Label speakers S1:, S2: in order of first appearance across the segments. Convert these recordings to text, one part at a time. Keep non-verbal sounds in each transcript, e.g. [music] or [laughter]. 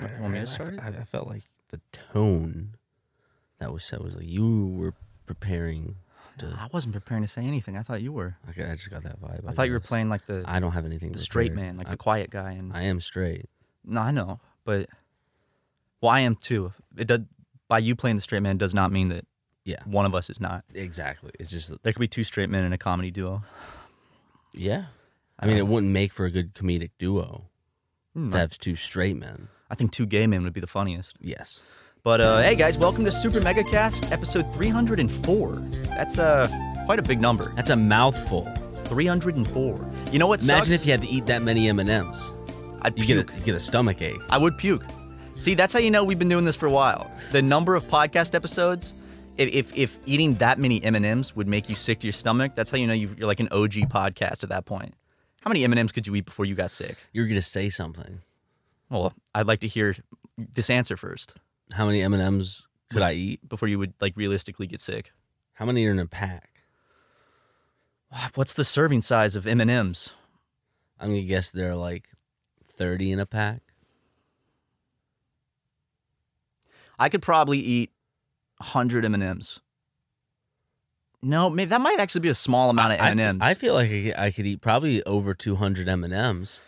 S1: I, mean, I, fe- I- I felt like the tone that was set was like you were preparing to.
S2: I wasn't preparing to say anything. I thought you were.
S1: Okay, I just got that vibe.
S2: I thought you were
S1: guess.
S2: playing like the
S1: I don't have anything.
S2: the straight
S1: prepared.
S2: man, like the quiet guy. And
S1: I, I am straight.
S2: no, I know, but well, I am too. It does by you playing the straight man does not mean that
S1: Yeah,
S2: one of us is not.
S1: exactly. It's just
S2: There could be two straight men in a comedy duo.
S1: yeah. I mean, it wouldn't make for a good comedic duo
S2: Hmm,
S1: to have two straight men.
S2: I think two gay men would be the funniest.
S1: Yes.
S2: But uh, hey, guys, welcome to Super Mega Cast, episode 304. That's uh, quite a big number.
S1: That's a mouthful.
S2: 304. You know what?
S1: Imagine
S2: sucks?
S1: if you had to eat that many M and M's.
S2: I'd
S1: You
S2: puke.
S1: get a you get a stomach ache.
S2: I would puke. See, that's how you know we've been doing this for a while. The number of podcast episodes, if if, if eating that many M and M's would make you sick to your stomach, that's how you know you you're like an OG podcast at that point. How many M and M's could you eat before you got sick?
S1: You're gonna say something.
S2: Well, I'd like to hear this answer first
S1: How many M and M's could I eat?
S2: before you would like realistically get sick.
S1: How many are in a pack?
S2: What's the serving size of M and M's?
S1: I'm gonna guess there are like thirty in a pack.
S2: I could probably eat 100 M&Ms. No, maybe that might actually be a small amount of
S1: I-
S2: M&Ms.
S1: I, feel like I could, I could eat probably over 200 M&Ms.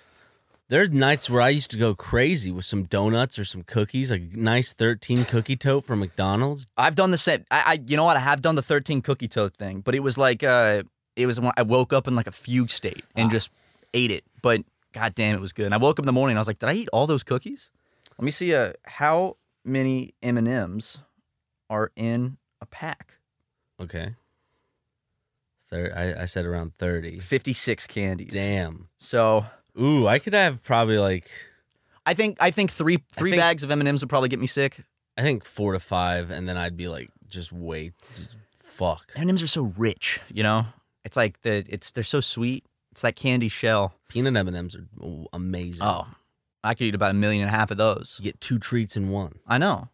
S1: There's nights where I used to go crazy with some donuts or some cookies, like a nice 13 cookie tote from McDonald's.
S2: I've done the same. I, I, you know what? I have done the 13 cookie toad thing, but it was like, uh, it was when I woke up in like a fugue state and just ate it. But god damn, it was good. And I woke up in the morning and I was like, did I eat all those cookies? Let me see. Uh, how many M&Ms are in a pack?
S1: Okay. Thir- I, I said around 30.
S2: 56 candies.
S1: Damn.
S2: So
S1: Ooh, I could have probably like,
S2: I think I think three
S1: I
S2: three
S1: think-
S2: bags of M&Ms would probably get me sick.
S1: I think four to five, and then I'd be like, just wait. Just fuck.
S2: M&Ms are so rich, you know? It's like the it's they're so sweet. It's that candy shell.
S1: Peanut M&Ms are amazing.
S2: Uh, Oh. I could eat about a million and a half of those.
S1: You get two treats in one.
S2: I know.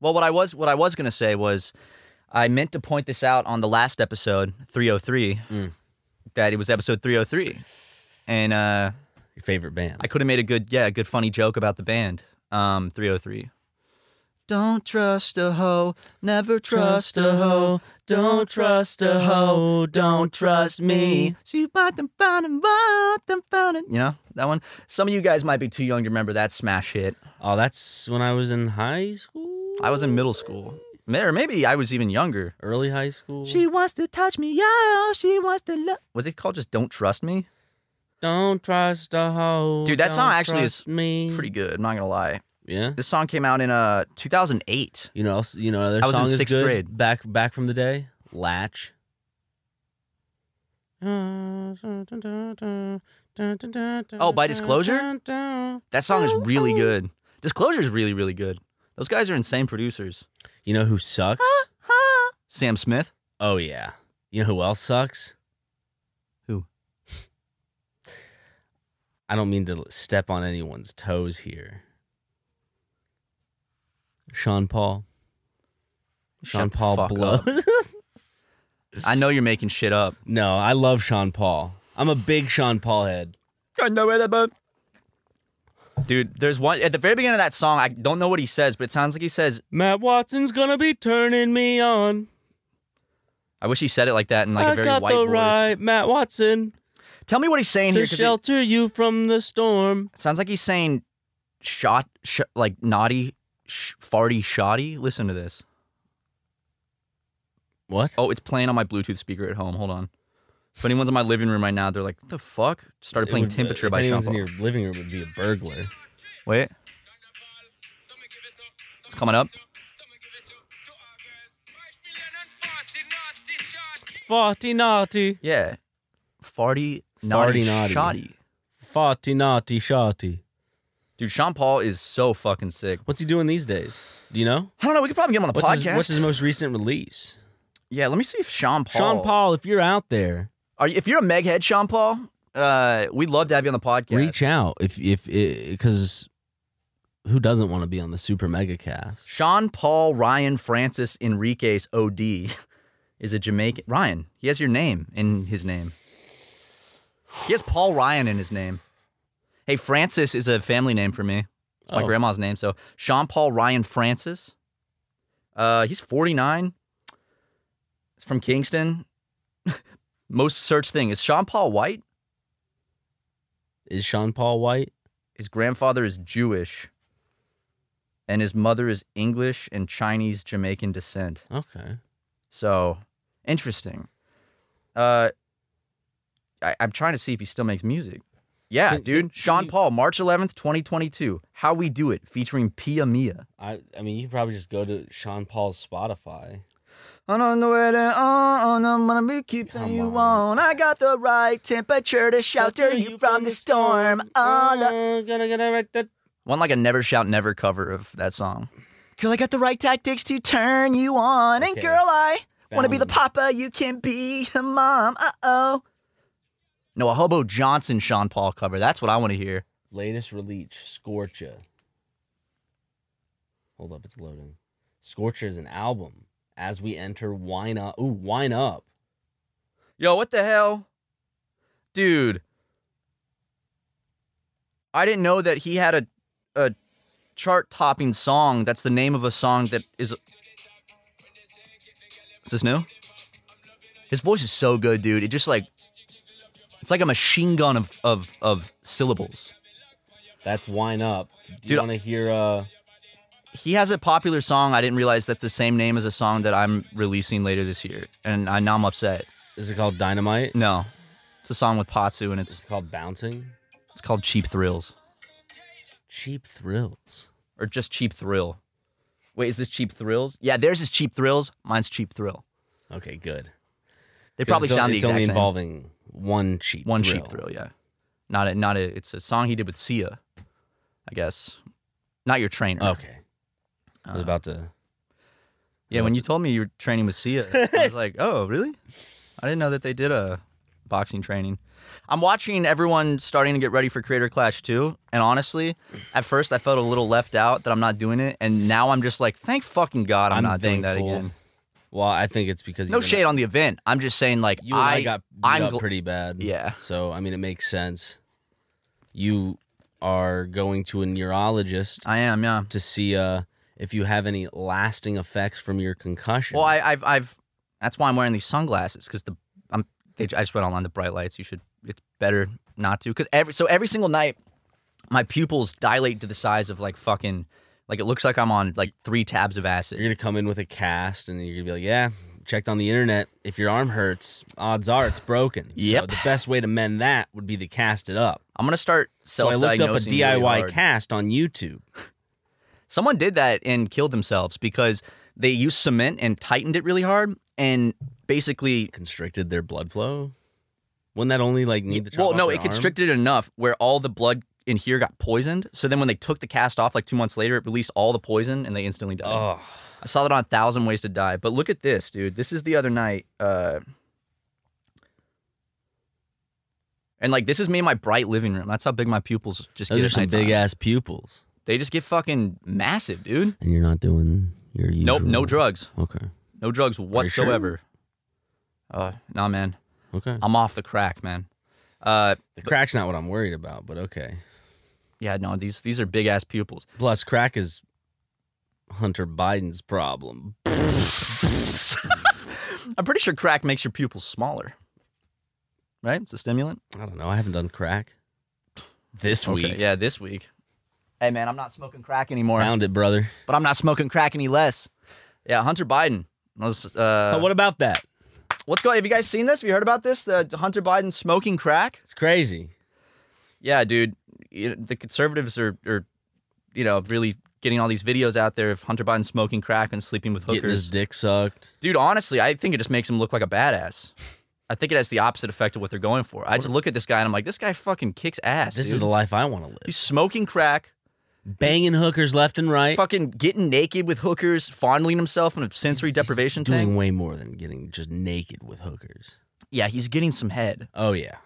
S2: Well, what I was what I was going to say was I meant to point this out on the last episode, 303,
S1: Mm.
S2: that it was episode 303. And uh
S1: Your favorite band.
S2: I could have made a good yeah, a good funny joke about the band. Um 303. Don't trust a hoe, never trust a hoe. Don't trust a hoe, don't trust me. She bought them, found them, bought them, found it. You know, that one. Some of you guys might be too young to remember that smash hit.
S1: Oh, that's when I was in high school?
S2: I was in middle school. May- Or maybe I was even younger.
S1: early high school.
S2: wants to touch me, yo. She wants to love. Was it called just Don't Trust Me?
S1: don't trust a hoe.
S2: Dude, that song
S1: Oh, don't
S2: actually is
S1: trust me.
S2: Pretty good, I'm not gonna lie.
S1: Yeah.
S2: This song came out in uh 2008.
S1: You know, else- you know, another
S2: I was in
S1: song is
S2: sixth
S1: good.
S2: grade.
S1: Back back from the day, Latch.
S2: Oh,
S1: Oh,
S2: by Disclosure? That song is really good. Disclosure is really, really good. Those guys are insane producers.
S1: You know who sucks?
S2: Sam Smith.
S1: Oh yeah. You know who else sucks?
S2: Who?
S1: [laughs] I don't mean to step on anyone's toes here. Sean Paul. Sean
S2: Shut the
S1: Paul
S2: fuck
S1: blows.
S2: up. I know you're making shit up.
S1: [laughs] No, I love Sean Paul. I'm a big Sean Paul head.
S2: I know it about. Dude, there's one at the very beginning of that song. I don't know what he says, but it sounds like he says,
S1: Matt Watson's gonna be turning me on.
S2: I wish he said it like that in like a
S1: I
S2: very
S1: got
S2: white
S1: the
S2: voice.
S1: right, Matt Watson,
S2: Tell me what he's saying
S1: to
S2: here. 'cause it-
S1: shelter you from the storm.
S2: Sounds like he's saying shot, sh- like naughty, sh- farty, shoddy. Listen to this.
S1: What?
S2: Oh, it's playing on my Bluetooth speaker at home. Hold on. If anyone's in my living room right now, they're like, "The fuck!" Started
S1: It
S2: playing
S1: would- uh,
S2: "Temperature"
S1: if
S2: by
S1: anyone's
S2: Sean
S1: in your living room it would be a burglar.
S2: Paul. Wait, it's coming up.
S1: Farty naughty,
S2: Yeah, farty, naughty,
S1: Farty, naughty.
S2: shoddy.
S1: farty naughty, shotty.
S2: Dude, Sean Paul is so fucking sick.
S1: What's he doing these days? Do you know?
S2: I don't know. We could probably get him on the
S1: What's his,
S2: podcast.
S1: what's his most recent release?
S2: yeah, let me see if Sean Paul.
S1: Sean Paul, if you're out there,
S2: Are you, if you're a meghead, Sean Paul, uh, we'd love to have you on the podcast.
S1: reach out. If if because who doesn't want to be on the Super Mega Cast?
S2: Sean Paul Ryan Francis Enriquez OD is a Jamaican. Ryan, he has your name in his name. He has Paul Ryan in his name. Hey, Francis is a family name for me. It's my
S1: Oh.
S2: grandma's name. So Sean Paul Ryan Francis. Uh, he's 49. He's from Kingston. [laughs] Most searched thing is Sean Paul White.
S1: Is Sean Paul white?
S2: His grandfather is Jewish, and his mother is English and Chinese Jamaican descent.
S1: Okay.
S2: So interesting. Uh, I, I'm trying to see if he still makes music. Yeah,
S1: Can-
S2: dude.
S1: can- can
S2: Sean
S1: you-
S2: Paul, March 11th, 2022. How We Do It, featuring Pia Mia.
S1: I I mean you could probably just go to Sean Paul's Spotify.
S2: I'm on the way to on, I'm gonna be keeping
S1: Come
S2: you
S1: on.
S2: on. I got the right temperature to shelter you from the storm. All I-
S1: Oh,
S2: One like a never shout never cover of that song. Girl, I got the right tactics to turn you on, and
S1: Okay.
S2: girl, I want to be the
S1: Found
S2: papa you can be, a mom. Uh oh. No, a hobo Johnson Sean Paul cover. That's what I want to hear.
S1: Latest release, Scorcher. Hold up, it's loading. Scorcher is an album. As we enter wine up, ooh, wine up.
S2: Yo, what the hell, dude? I didn't know that he had a a chart topping song. That's the name of a song that is. Is this new? His voice is so good, dude. It just like it's like a machine gun of of of syllables.
S1: That's wine up. Do you
S2: Dude, I-
S1: want to hear? Uh,
S2: He has a popular song. I didn't realize that's the same name as a song that I'm releasing later this year, and I, now I'm upset.
S1: is it called Dynamite?
S2: No, it's a song with Patsu, and
S1: Is
S2: it's
S1: it called Bouncing?
S2: it's called Cheap Thrills.
S1: Cheap thrills.
S2: or just cheap thrill. Wait, is this cheap thrills? Yeah, theirs is cheap thrills. Mine's cheap thrill.
S1: Okay, good.
S2: They probably
S1: it's o-
S2: sound the
S1: it's
S2: exact
S1: only
S2: same.
S1: involving one cheap
S2: One
S1: thrill.
S2: cheap thrill, yeah. Not a not a. It's a song he did with Sia, I guess. Not your trainer.
S1: Okay, I was about to.
S2: yeah. When you told me you were training with Sia,
S1: [laughs]
S2: I was like, oh, really? I didn't know that they did a boxing training. I'm watching everyone starting to get ready for Creator Clash too, and honestly, at first I felt a little left out that I'm not doing it, and now I'm just like, thank fucking God I'm,
S1: I'm
S2: not doing that
S1: thankful.
S2: again.
S1: Well, I think it's because
S2: No
S1: you and I-
S2: shade on the event. I'm just saying, like,
S1: You and
S2: I,
S1: I, got beat
S2: I'm
S1: up
S2: gl-
S1: pretty bad.
S2: Yeah.
S1: So I mean, it makes sense. You are going to a neurologist
S2: I am, yeah.
S1: to see uh, if you have any lasting effects from your concussion.
S2: Well, I, I've, I've. That's why I'm wearing these sunglasses because the I'm. They, I just read online the bright lights. You should. It's better not to because every so every single night, my pupils dilate to the size of like fucking like it looks like I'm on like three tabs of
S1: you're
S2: acid.
S1: gonna come in with a cast, and you're gonna be like, "Yeah, checked on the internet. If your arm hurts, odds are it's broken." So
S2: Yep.
S1: the best way to mend that would be to cast it up.
S2: I'm gonna start
S1: So I looked up a
S2: self-diagnosing. really
S1: DIY
S2: hard.
S1: cast on YouTube.
S2: Someone did that and killed themselves because they used cement and tightened it really hard and basically
S1: Constricted their blood flow. Wouldn't that only like need the
S2: Well, no, it constricted it enough where all the blood in here got poisoned. So then when they took the cast off like two months later, it released all the poison and they instantly died.
S1: Oh,
S2: I saw that on a thousand ways to die. But look at this, dude. This is the other night. Uh, and like this is me in my bright living room. That's how big my pupils just
S1: those
S2: get.
S1: are
S2: at
S1: some
S2: nighttime.
S1: big ass pupils.
S2: They just get fucking massive, dude.
S1: And you're not doing your usual.
S2: Nope, no drugs.
S1: Okay.
S2: No drugs
S1: sure?
S2: whatsoever. Uh, nah, man.
S1: Okay.
S2: I'm off the crack, man. Uh,
S1: the crack's not what I'm worried about, but okay.
S2: yeah, no, these these are big ass pupils.
S1: Plus, crack is Hunter Biden's problem.
S2: I'm pretty sure crack makes your pupils smaller. Right? It's a stimulant.
S1: I don't know. I haven't done crack this week.
S2: Yeah, this week. Hey, man, I'm not smoking crack anymore,
S1: Found it, brother.
S2: but I'm not smoking crack any less. Yeah, Hunter Biden was. Uh,
S1: Uh, what about that?
S2: what's going? Have you guys seen this? Have you heard about this? The Hunter Biden smoking crack?
S1: It's crazy.
S2: Yeah, dude. You know, the conservatives are, are, you know, really getting all these videos out there of Hunter Biden smoking crack and sleeping with
S1: Getting his
S2: hookers.
S1: dick sucked.
S2: Dude, honestly, I think it just makes him look like a badass. I think it has the opposite effect of what they're going for. I just look at this guy and I'm like, this guy fucking kicks ass.
S1: This is
S2: dude.
S1: the life I want to live.
S2: He's smoking crack,
S1: Banging hookers left and right.
S2: fucking getting naked with hookers, fondling himself in a sensory deprivation
S1: He's doing
S2: tank.
S1: way more than getting just naked with hookers.
S2: Yeah, he's getting some head.
S1: Oh yeah.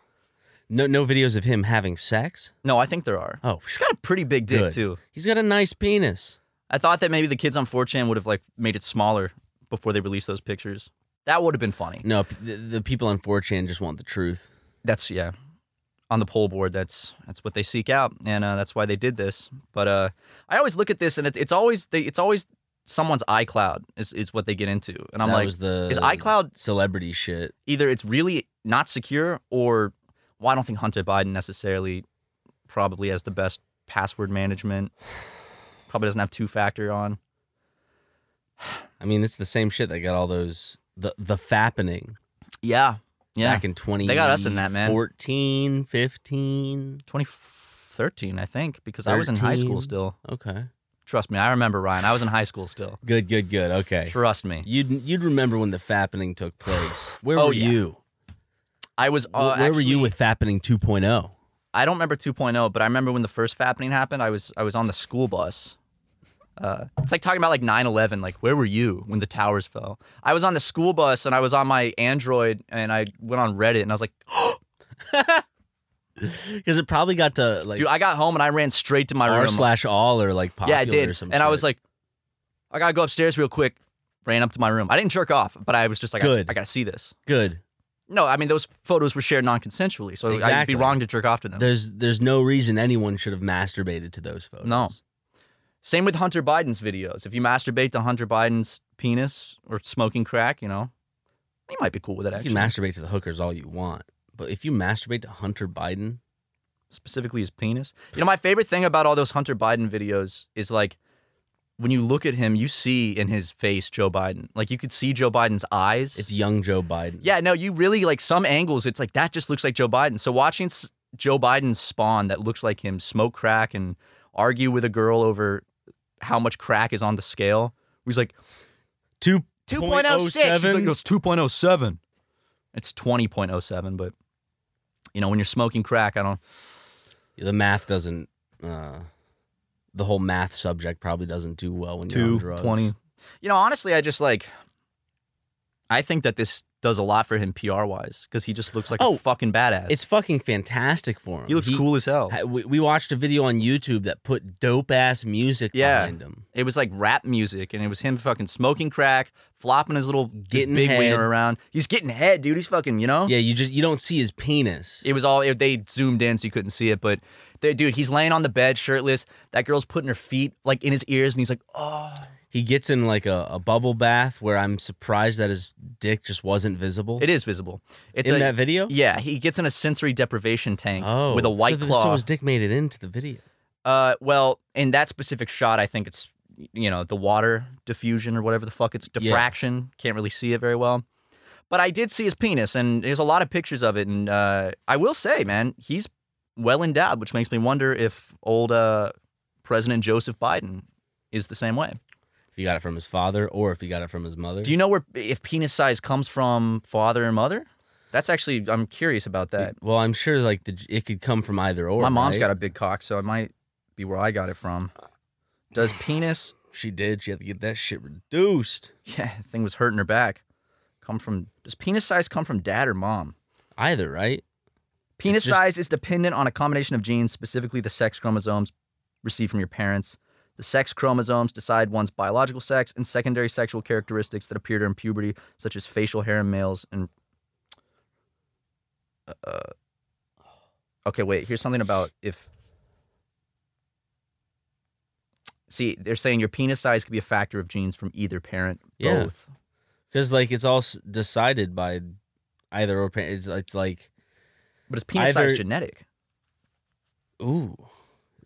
S1: No no videos of him having sex.
S2: No, I think there are.
S1: Oh,
S2: he's got a pretty big dick
S1: Good.
S2: too.
S1: He's got a nice penis.
S2: I thought that maybe the kids on 4chan would have like made it smaller before they released those pictures. That would have been funny.
S1: No, p- the, the people on 4chan just want the truth.
S2: That's yeah. On the poll board, that's that's what they seek out, and uh, that's why they did this. But uh, I always look at this, and it's it's always they, it's always someone's iCloud is, is what they get into, and I'm
S1: that
S2: like,
S1: was the
S2: is iCloud
S1: celebrity shit.
S2: either it's really not secure or well, I don't think Hunter Biden necessarily probably has the best password management. Probably doesn't have two factor on.
S1: I mean, it's the same shit that got all those the the fappening
S2: Yeah. Yeah.
S1: back in 20
S2: They got us in that, man.
S1: 14, 15.
S2: 2013, I think, because I was in high school
S1: 13.
S2: still.
S1: Okay.
S2: Trust me, I remember Ryan. I was in high school still.
S1: Good, good, good. Okay.
S2: Trust me.
S1: You'd you'd remember when the fappening
S2: [sighs]
S1: took place. Where
S2: Oh,
S1: were
S2: yeah.
S1: you?
S2: I was.
S1: Wh-
S2: Uh,
S1: Where were you
S2: actually-
S1: with fappening oh? 2.0?
S2: I don't remember 2.0, but I remember when the first happening happened. I was I was on the school bus. Uh, it's like talking about like 9/11. Like where were you when the towers fell? I was on the school bus and I was on my Android and I went on Reddit and I was like, [gasps]
S1: Because it probably got to like
S2: dude, I got home and I ran straight to my
S1: r
S2: room.
S1: slash all or like popular
S2: yeah, I did.
S1: or
S2: And
S1: some
S2: I
S1: shit.
S2: was like, I gotta go upstairs real quick. Ran up to my room. I didn't jerk off, but I was just like, I-
S1: Good.
S2: I, gotta see this.
S1: good.
S2: No, I mean those photos were shared non-consensually, so I'd
S1: Exactly.
S2: be wrong to jerk off to them.
S1: There's there's no reason anyone should have masturbated to those photos.
S2: No. Same with Hunter Biden's videos. If you masturbate to Hunter Biden's penis or smoking crack, you know, he might be cool with it.
S1: You
S2: Actually,
S1: can masturbate to the hookers all you want, but if you masturbate to Hunter Biden,
S2: specifically his penis. You know, my favorite thing about all those Hunter Biden videos is like when you look at him, you see in his face Joe Biden. Like you could see Joe Biden's eyes.
S1: it's young Joe Biden.
S2: yeah, no, you really like some angles. It's like that just looks like Joe Biden. So watching s- Joe Biden's spawn that looks like him smoke crack and argue with a girl over how much crack is on the scale. He's like.
S1: two
S2: 2.07. She's like, no, it's 2.07. It's 20.07, but you know, when you're smoking crack, I don't.
S1: The math doesn't. Uh, the whole math subject probably doesn't do well when you're on
S2: Two,
S1: drugs.
S2: 20. You know, honestly, I just like. I think that this does a lot for him PR wise because he just looks like
S1: Oh,
S2: a fuking badass.
S1: It's fucking fantastic for him.
S2: he looks cool as hell.
S1: ha- We, we watched a video on YouTube that put dope ass music
S2: Yeah.
S1: behind him.
S2: It was like rap music, and it was him fucking smoking crack, flopping his little his
S1: Getting
S2: big
S1: head.
S2: wiener around. He's getting head, dude. He's fucking, you know.
S1: Yeah, you just you don't see his penis.
S2: It was all it, they zoomed in so you couldn't see it, but they, dude, he's laying on the bed shirtless. That girl's putting her feet like in his ears, and he's like, "Oh,
S1: He gets in like a, a bubble bath where I'm surprised that his dick just wasn't visible.
S2: it is visible." It's
S1: in
S2: a,
S1: that video.
S2: Yeah, he gets in a sensory deprivation tank
S1: Oh,
S2: with a
S1: so
S2: white
S1: th-
S2: claw.
S1: So his dick made it into the video.
S2: uh, well, in that specific shot, I think it's you know the water diffusion or whatever the fuck it's diffraction. Can't really see it very well. But I did see his penis, and there's a lot of pictures of it. And uh, I will say, man, he's well endowed, which makes me wonder if old uh, President Joseph Biden is the same way.
S1: If he got it from his father or if he got it from his mother.
S2: Do you know where if penis size comes from father and mother? That's actually I'm curious about that.
S1: Well, I'm sure like the it could come from either or.
S2: My mom's
S1: right?
S2: got a big cock, so it might be where I got it from. Does penis?
S1: She did. She had to get that shit reduced.
S2: [laughs] Yeah, the thing was hurting her back. Come from? Does penis size come from dad or mom?
S1: Either right.
S2: Penis
S1: It's just-
S2: size is dependent on a combination of genes, specifically the sex chromosomes received from your parents. The sex chromosomes decide one's biological sex and secondary sexual characteristics that appear during puberty, such as facial hair in males and. Uh, okay, wait. Here's something about if. See, they're saying your penis size could be a factor of genes from either parent.
S1: Yeah.
S2: Both.
S1: Because like it's all s- decided by either or. pa- It's, it's like
S2: But is penis
S1: Either-
S2: size genetic?
S1: ooh,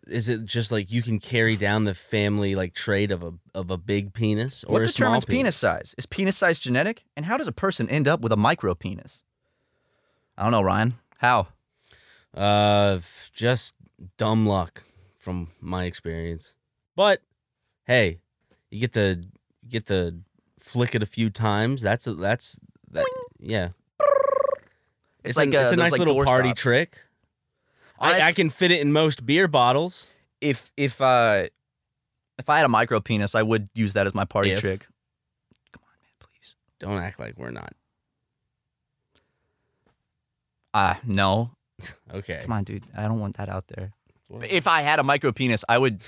S1: is it just like you can carry down the family like trait of a of a big penis or
S2: What
S1: a small
S2: determines penis size? Is penis size genetic? And how does a person end up with a micro penis? I don't know, Ryan. How?
S1: Uh, f- just dumb luck from my experience. But hey, you get to you get to flick it a few times. That's a, that's that, yeah. It's,
S2: like
S1: like
S2: a-
S1: a, it's a
S2: those,
S1: nice
S2: like,
S1: little
S2: door
S1: party
S2: stops.
S1: trick. I, I
S2: I've-
S1: can fit it in most beer bottles.
S2: If if uh if I had a micro penis, I would use that as my party
S1: If.
S2: trick. Come on, man, please.
S1: Don't act like we're not.
S2: Ah, no.
S1: Okay.
S2: Come on, dude. I don't want that out there. If I had a micro penis, I would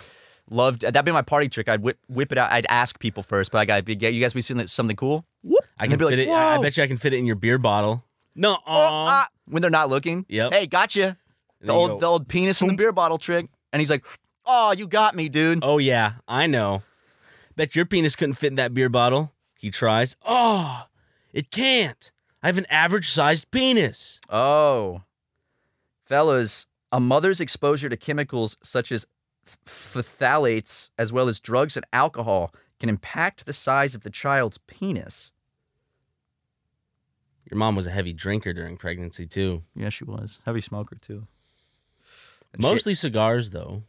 S2: love to, that'd be my party trick. I'd whip, whip it out. I'd ask people first, but I got yeah, you guys be seeing something cool? Whoop.
S1: I
S2: And
S1: can
S2: they'd
S1: fit
S2: be like,
S1: it. I I
S2: "Whoa."
S1: bet you I can fit it in your beer bottle. No,
S2: oh, ah, when they're not looking.
S1: Yep.
S2: Hey, gotcha. The
S1: then you
S2: old
S1: go,
S2: the old penis in the beer bottle trick. And he's like, Oh, you got me, dude.
S1: Oh yeah, I know. Bet your penis couldn't fit in that beer bottle. He tries. Oh, it can't. I have an average-sized penis.
S2: Oh. Fellas, a mother's exposure to chemicals such as f- phthalates, as well as drugs and alcohol, can impact the size of the child's penis.
S1: Your mom was a heavy drinker during pregnancy too.
S2: Yeah, she was. Heavy smoker, too.
S1: Mostly cigars though.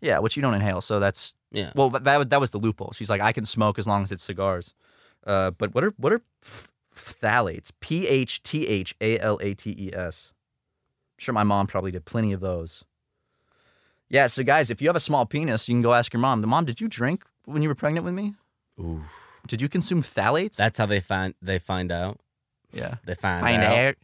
S2: yeah, which you don't inhale. So that's,
S1: Yeah.
S2: well, but that, that was the loophole. She's like, I can smoke as long as it's cigars. Uh, but what are, what are ph- phthalates? P H T H A L A T E S. Sure, my mom probably did plenty of those. Yeah, so guys, if you have a small penis, you can go ask your mom. Mom, did you drink when you were pregnant with me?
S1: Ooh.
S2: Did you consume phthalates?
S1: That's how they find they find out.
S2: yeah.
S1: They find,
S2: Find
S1: out.
S2: out.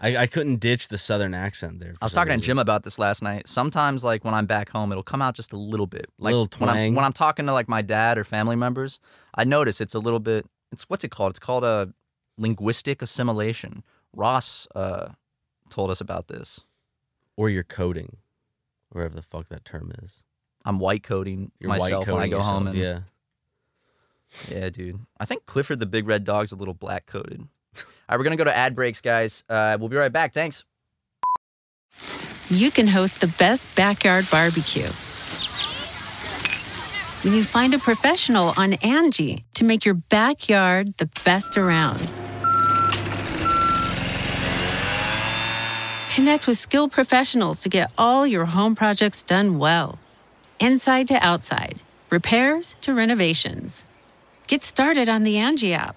S1: I, I couldn't ditch the southern accent there.
S2: I was talking to Jim about this last night. Sometimes, like when I'm back home, it'll come out just a little bit, like
S1: Little
S2: when I'm
S1: twang.
S2: when I'm talking to like my dad or family members. I notice it's a little bit. It's what's it called? It's called a linguistic assimilation. Ross uh, told us about this.
S1: Or you're coding, wherever the fuck that term is.
S2: I'm white coding
S1: You're
S2: myself when I
S1: white-coding
S2: go home. And,
S1: yourself.
S2: yeah, dude. I think Clifford the Big Red Dog's a little black coded. All right, we're gonna go to ad breaks, guys. Uh, we'll be right back. Thanks.
S3: you can host the best backyard barbecue. When you find a professional on Angie to make your backyard the best around. Connect with skilled professionals to get all your home projects done well. Inside to outside, repairs to renovations. Get started on the Angie app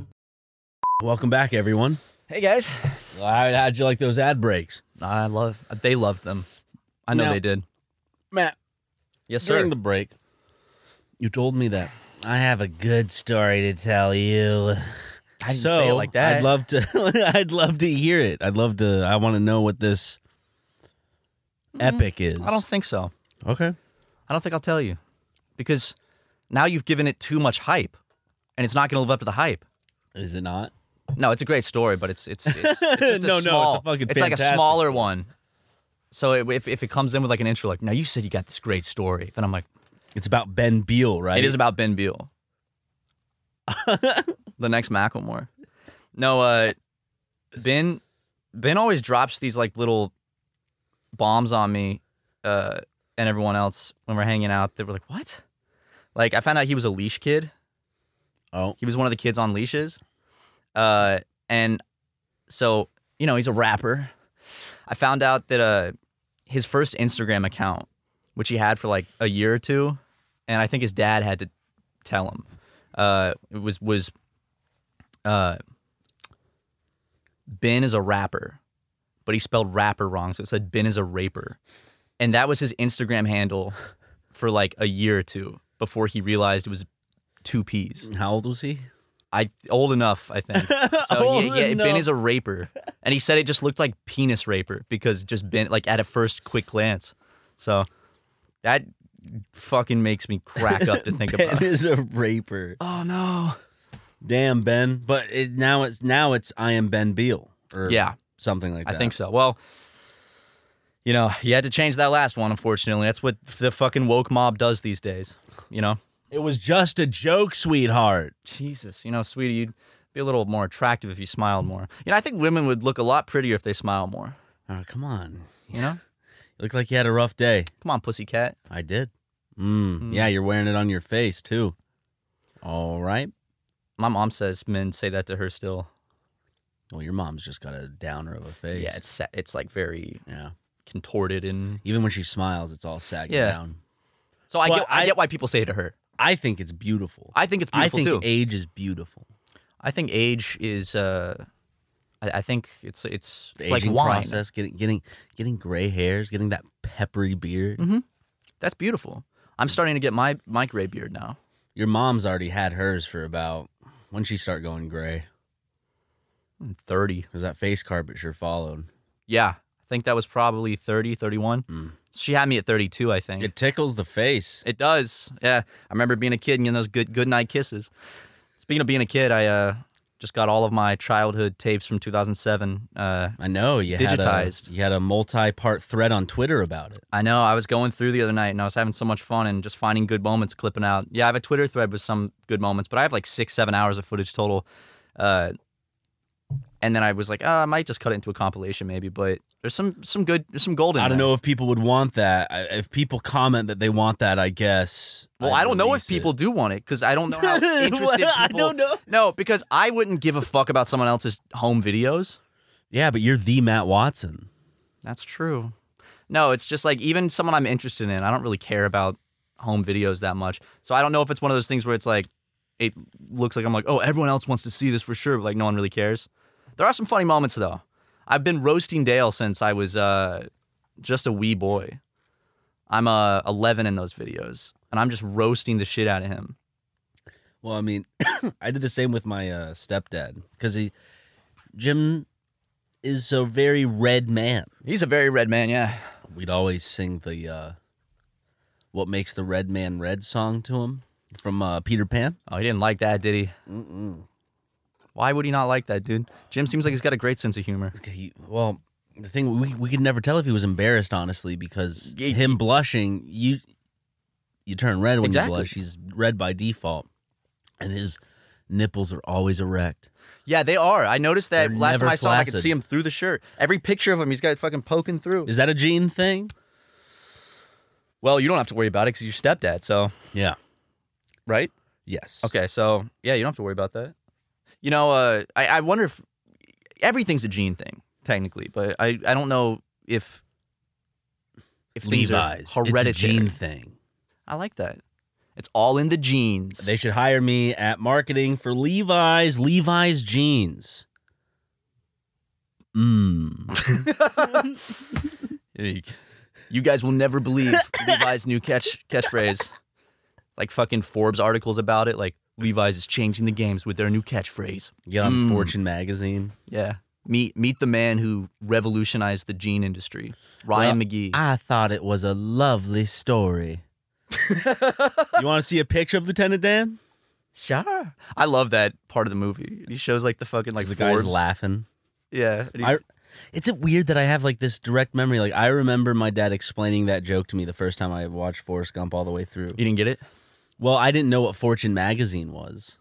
S1: Yeah. Welcome back, everyone.
S2: Hey, guys.
S1: All right, how'd you like those ad breaks,
S2: I love. They loved them. I know
S1: Now-
S2: they did.
S1: Matt?
S2: Yes, sir.
S1: during the break, you told me that I have a good story to tell you.
S2: I didn't
S1: so
S2: say it like that.
S1: I'd love to. [laughs] I'd love to hear it. I'd love to. I want to know what this epic is.
S2: Mm-hmm. I don't think so.
S1: okay.
S2: I don't think I'll tell you because now you've given it too much hype, and it's not going to live up to the hype.
S1: Is it not?
S2: No, it's a great story, but it's it's, it's, it's just
S1: [laughs] No,
S2: a
S1: no, it's a
S2: small.
S1: fucking
S2: it's like a
S1: fantastic
S2: smaller one. So it, if if it comes in with like an intro, like now you said you got this great story, then I'm like,
S1: It's about Ben Beal, right?
S2: it is about Ben Buell,
S1: [laughs]
S2: the next Macklemore. No, uh, Ben Ben always drops these like little bombs on me uh, and everyone else when we're hanging out. They were like, "What?" Like I found out he was a leash kid.
S1: Oh,
S2: He was one of the kids on leashes. Uh, and so, you know, he's a rapper. I found out that uh, his first Instagram account, which he had for like a year or two, and I think his dad had to tell him, uh, it was was uh, Ben is a rapper, but he spelled rapper wrong, so it said Ben is a raper, and that was his Instagram handle for like a year or two before he realized it was two P's. [laughs]
S1: how old was he?
S2: I old enough,
S1: [laughs]
S2: I think. So
S1: Old
S2: yeah, yeah, Ben
S1: enough.
S2: is a raper, and he said it just looked like penis raper because just Ben, like at a first quick glance. So that fucking makes me crack up to think
S1: [laughs] Ben
S2: about.
S1: is a raper.
S2: Oh no.
S1: Damn Ben, but it, now it's now it's I am Ben Beal or
S2: Yeah.
S1: something like that.
S2: I think so. Well, you know, you had to change that last one. Unfortunately, that's what the fucking woke mob does these days. You know.
S1: It was just a joke, sweetheart.
S2: Jesus, you know, sweetie, you'd be a little more attractive if you smiled more. You know, I think women would look a lot prettier if they smile more.
S1: Oh, come on.
S2: You know,
S1: You look like you had a rough day.
S2: come on, pussycat.
S1: I did. Mm,
S2: Hmm.
S1: Yeah, you're wearing it on your face too. All right.
S2: My mom says men say that to her still.
S1: Well, your mom's just got a downer of a face.
S2: Yeah, it's sa- it's like very
S1: yeah.
S2: contorted and
S1: Even when she smiles, it's all sagging
S2: Yeah.
S1: down.
S2: so I
S1: Well,
S2: get I,
S1: I-
S2: get why people say it to her.
S1: I think it's beautiful.
S2: I think it's beautiful
S1: I think
S2: too.
S1: age is beautiful.
S2: I think age is uh, I, I think it's it's,
S1: The
S2: it's like
S1: aging
S2: wine.
S1: process, getting getting getting gray hairs, getting that peppery beard.
S2: Mm-hmm. That's beautiful. I'm starting to get my my gray beard now.
S1: Your mom's already had hers for about when she start going gray
S2: I'm 30.
S1: because that face carpet sure followed.
S2: Yeah, I think that was probably 30, 31. She had me at 32, I think.
S1: Mm. It tickles the face.
S2: It does. Yeah. I remember being a kid and getting those good good night kisses. Speaking of being a kid, I uh, just got all of my childhood tapes from 2007. Uh,
S1: I know you had a-
S2: Digitized.
S1: you had a multi-part thread on Twitter about it.
S2: I know I was going through the other night and I was having so much fun and just finding good moments, clipping out. Yeah, I have a Twitter thread with some good moments, but I have like six, seven hours of footage total. Uh, and then I was like, oh, I might just cut it into a compilation, maybe. But there's some some good, there's some gold in
S1: I don't
S2: there.
S1: know if people would want that. I, if people comment that they want that, I guess.
S2: Well,
S1: I'd
S2: I don't know if
S1: release it.
S2: people do want it because I don't know
S1: [laughs]
S2: how interested people.
S1: What? I don't know.
S2: No, because I wouldn't give a fuck about someone else's home videos.
S1: Yeah, but you're the Matt Watson.
S2: That's true. No, it's just like even someone I'm interested in, I don't really care about home videos that much. So I don't know if it's one of those things where it's like it looks like I'm like, oh, everyone else wants to see this for sure, but like no one really cares. There are some funny moments though. I've been roasting Dale since I was uh, just a wee boy. I'm uh, 11 in those videos, and I'm just roasting the shit out of him.
S1: Well, I mean, [coughs] I did the same with my uh, stepdad because he, Jim, is a very red man.
S2: He's a very red man, yeah.
S1: We'd always sing the uh, "What Makes the Red Man Red" song to him from uh, Peter Pan.
S2: Oh, he didn't like that, did he? Mm-mm. Why would he not like that, dude? Jim seems like he's got a great sense of humor.
S1: He, well, the thing we we could never tell if he was embarrassed, honestly, because
S2: Yeah,
S1: him blushing, you you turn red when
S2: Exactly.
S1: you blush. He's red by default, and his nipples are always erect.
S2: Yeah, they are. I noticed that
S1: They're
S2: last time
S1: never
S2: I saw him, I could
S1: flaccid.
S2: see him through the shirt. Every picture of him, he's got it fucking poking through.
S1: Is that a gene thing?
S2: Well, you don't have to worry about it because your stepdad, so,
S1: Yeah.
S2: right?
S1: Yes.
S2: Okay, so, yeah, you don't have to worry about that. You know, uh, I, I wonder if everything's a gene thing, technically, but I, I don't know if if things
S1: Levi's.
S2: are hereditary.
S1: It's a gene thing.
S2: I like that. It's all in the genes.
S1: They should hire me at marketing for Levi's. Levi's jeans. Mmm.
S2: Eek. You guys will
S1: [laughs]
S2: never believe Levi's new catch catchphrase. Like fucking Forbes articles about it. Like Levi's is changing the games with their new catchphrase.
S1: Get on
S2: Mm.
S1: Fortune magazine.
S2: Yeah. Meet meet the man who revolutionized the jean industry, Ryan
S1: Well,
S2: McGee.
S1: I thought it was a lovely
S2: [laughs]
S1: story. you want to see a picture of Lieutenant Dan?
S2: sure. I love that part of the movie. He shows like the fucking like
S1: Like the
S2: Forbes.
S1: guy's laughing.
S2: Yeah. and he-
S1: I, it's it weird that I have like this direct memory. Like I remember my dad explaining that joke to me the first time I watched Forrest Gump all the way through.
S2: you didn't get it?
S1: Well, I didn't know what Fortune magazine was.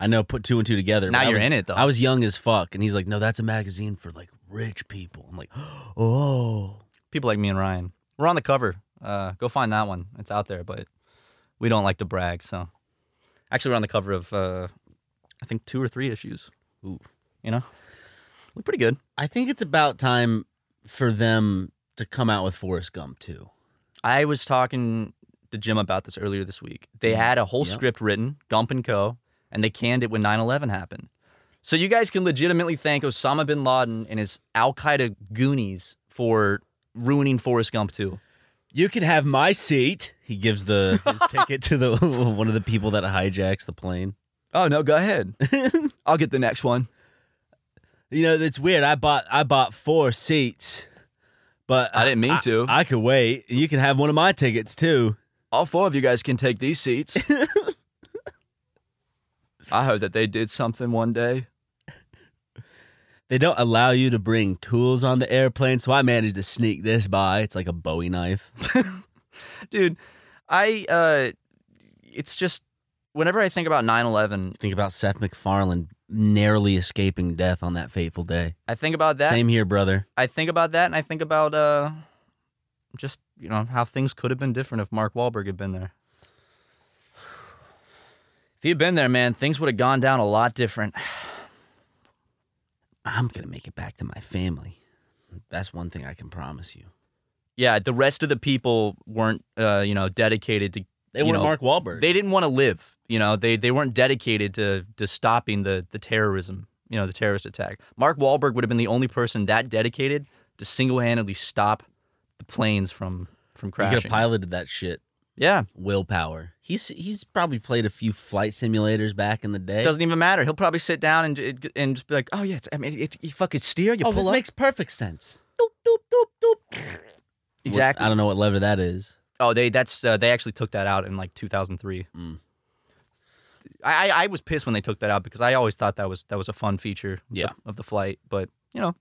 S1: I know put two and two together.
S2: Now
S1: but I
S2: you're
S1: was-
S2: in it, though.
S1: I was young as fuck, and he's like, "No, that's a magazine for like rich people." I'm like, [gasps] "Oh,
S2: People like me and Ryan. We're on the cover. Uh, go find that one. It's out there, but we don't like to brag. So actually, we're on the cover of uh, I think two or three issues.
S1: Ooh.
S2: you know, look pretty good.
S1: I think it's about time for them to come out with Forrest Gump too."
S2: I was talking to Jim about this earlier this week. They had a whole
S1: Yeah.
S2: script written, Gump and Co., and they canned it when 9/11 happened. So you guys can legitimately thank Osama bin Laden and his Al Qaeda goonies for ruining Forrest Gump too.
S1: You can have [laughs] my seat. He gives the his ticket to the one of the people that hijacks the plane.
S2: Oh no, go [laughs] ahead. I'll get the next one.
S1: You know, it's weird. I bought I bought four seats, but
S2: I didn't mean to.
S1: I could wait. You can have one of my tickets too.
S2: All four of you guys can take these seats. [laughs] I hope that they did something one day.
S1: They don't allow you to bring tools on the airplane, so I managed to sneak this by. It's like a Bowie
S2: [laughs]
S1: knife.
S2: Dude, I uh it's just whenever I think about 9/11,
S1: Think about Seth MacFarlane narrowly escaping death on that fateful day.
S2: I think about that.
S1: Same here, brother.
S2: I think about that and I think about uh just, you know, how things could have been different if Mark Wahlberg had been there. If he'd been there, man, things would have gone down a lot different.
S1: I'm gonna make it back to my family. That's one thing I can promise you.
S2: Yeah, the rest of the people weren't uh, you know, dedicated to
S1: They
S2: you
S1: want
S2: know,
S1: Mark Wahlberg.
S2: they didn't want to live. You know, they they weren't dedicated to to stopping the the terrorism. You know, the terrorist attack. Mark Wahlberg would have been the only person that dedicated to single handedly stop the planes from from
S1: could have
S2: crashing.
S1: piloted that shit.
S2: yeah,
S1: Willpower. He's he's probably played a few flight simulators back in the day.
S2: it doesn't even matter. He'll probably sit down and and just be like, oh yeah, it's, I mean, it's, you fucking steer, you
S1: oh,
S2: pull
S1: this
S2: up.
S1: makes perfect sense. Doop doop doop doop.
S2: exactly.
S1: I don't know what lever that is.
S2: Oh, they that's uh, they actually took that out in like 2003.
S1: Mm.
S2: I, I I was pissed when they took that out because I always thought that was that was a fun feature
S1: Yeah.
S2: of, of the flight, but you know,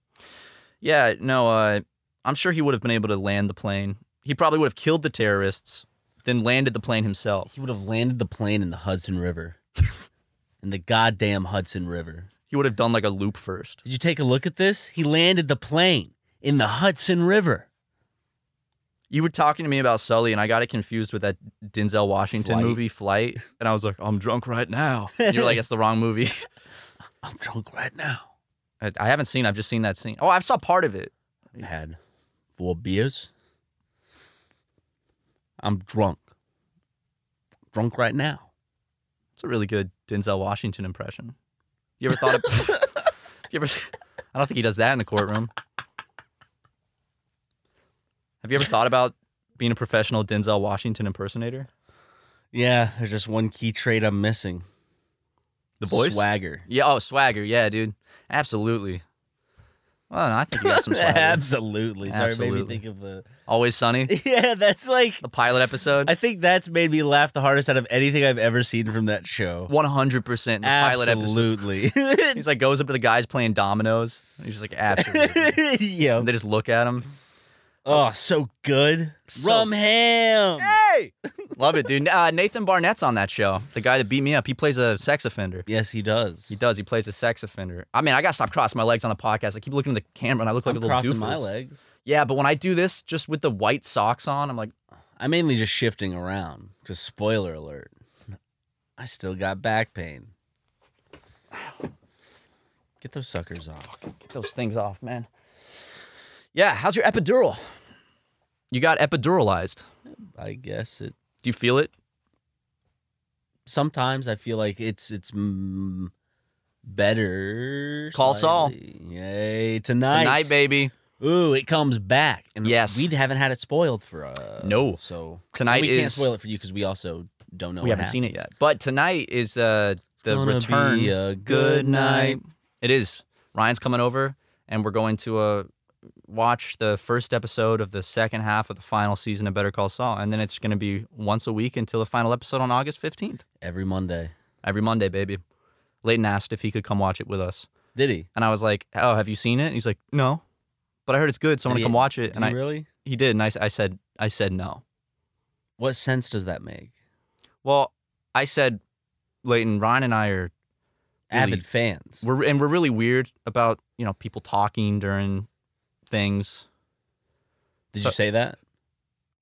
S2: yeah, no, uh, I'm sure he would have been able to land the plane. He probably would have killed the terrorists, then landed the plane himself.
S1: He would have landed the plane in the Hudson River.
S2: [laughs]
S1: in the goddamn Hudson River.
S2: He would have done like a loop first.
S1: Did you take a look at this? He landed the plane in the Hudson River.
S2: You were talking to me about Sully, and I got it confused with that Denzel Washington
S1: Flight.
S2: movie Flight, and I was like, I'm drunk
S1: [laughs]
S2: right now. And You're like, it's the wrong movie. [laughs]
S1: I'm drunk right now.
S2: I, I haven't seen. I've just seen that scene. Oh, I saw part of it.
S1: I had four beers. I'm drunk. Drunk right now.
S2: It's a really good Denzel Washington impression. You ever thought of [laughs] you ever I don't think he does that in the courtroom. Have you ever thought about being a professional Denzel Washington impersonator?
S1: Yeah, there's just one key trait I'm missing.
S2: The
S1: [laughs]
S2: voice?
S1: Swagger.
S2: Yeah, oh swagger, yeah, dude. Absolutely. Well, no, I think you [laughs] got some swagger.
S1: Absolutely. Sorry, it made me
S2: Absolutely.
S1: think of the.
S2: Always sunny.
S1: [laughs] Yeah, that's like.
S2: The pilot episode. [laughs]
S1: I think that's made me laugh the hardest out of anything I've ever seen from that show.
S2: One hundred percent the pilot episode. [laughs]
S1: Absolutely.
S2: He's like goes up to the guys playing dominoes. and He's just like, [laughs] absolutely.
S1: [laughs] yeah.
S2: and they just look at him.
S1: Oh, so good.
S2: So-
S1: Rum ham.
S2: Hey! [laughs] Love it, dude. Uh, Nathan Barnett's on that show. The guy that beat me up. He plays a sex offender.
S1: Yes, he does.
S2: He does. He plays a sex offender. I mean, I got to stop crossing my legs on the podcast. I keep looking at the camera and I look like
S1: I'm
S2: a little
S1: crossing
S2: doofus.
S1: my legs.
S2: Yeah, but when I do this just with the white socks on, I'm like,
S1: I'm mainly just shifting around. Because spoiler alert, I still got back pain. Get those suckers off.
S2: get those things off, man. Yeah, how's your epidural? You got epiduralized.
S1: I guess it.
S2: Do you feel it?
S1: Sometimes I feel like it's it's mm, better.
S2: Call Saul.
S1: slightly. Yay tonight,
S2: Tonight, baby.
S1: Ooh, it comes back. And
S2: Yes.
S1: we haven't had it spoiled for uh
S2: No.
S1: So
S2: Tonight
S1: we can't
S2: is-
S1: spoil it for you because we also don't know.
S2: we
S1: what
S2: haven't seen it
S1: happens.
S2: yet. But tonight is uh, the
S1: gonna
S2: return.
S1: be a good night.
S2: It is. Ryan's coming over, and we're going to uh, watch the first episode of the second half of the final season of Better Call Saul, and then it's going to be once a week until the final episode on August fifteenth,
S1: Every Monday.
S2: every Monday, baby. Leighton asked if he could come watch it with us,
S1: Did he?
S2: and I was like, "Oh, have you seen it?" And he's like, "No." But I heard it's good, so I'm
S1: Did
S2: gonna
S1: he-
S2: come watch it.
S1: Did
S2: and
S1: he
S2: I
S1: really?
S2: he did, and I, s- I said I said no.
S1: What sense does that make?
S2: Well, I said, Leighton, Ryan and I are Really-
S1: Avid fans.
S2: we're and we're really weird about you know people talking during things.
S1: Did
S2: So-
S1: you say that?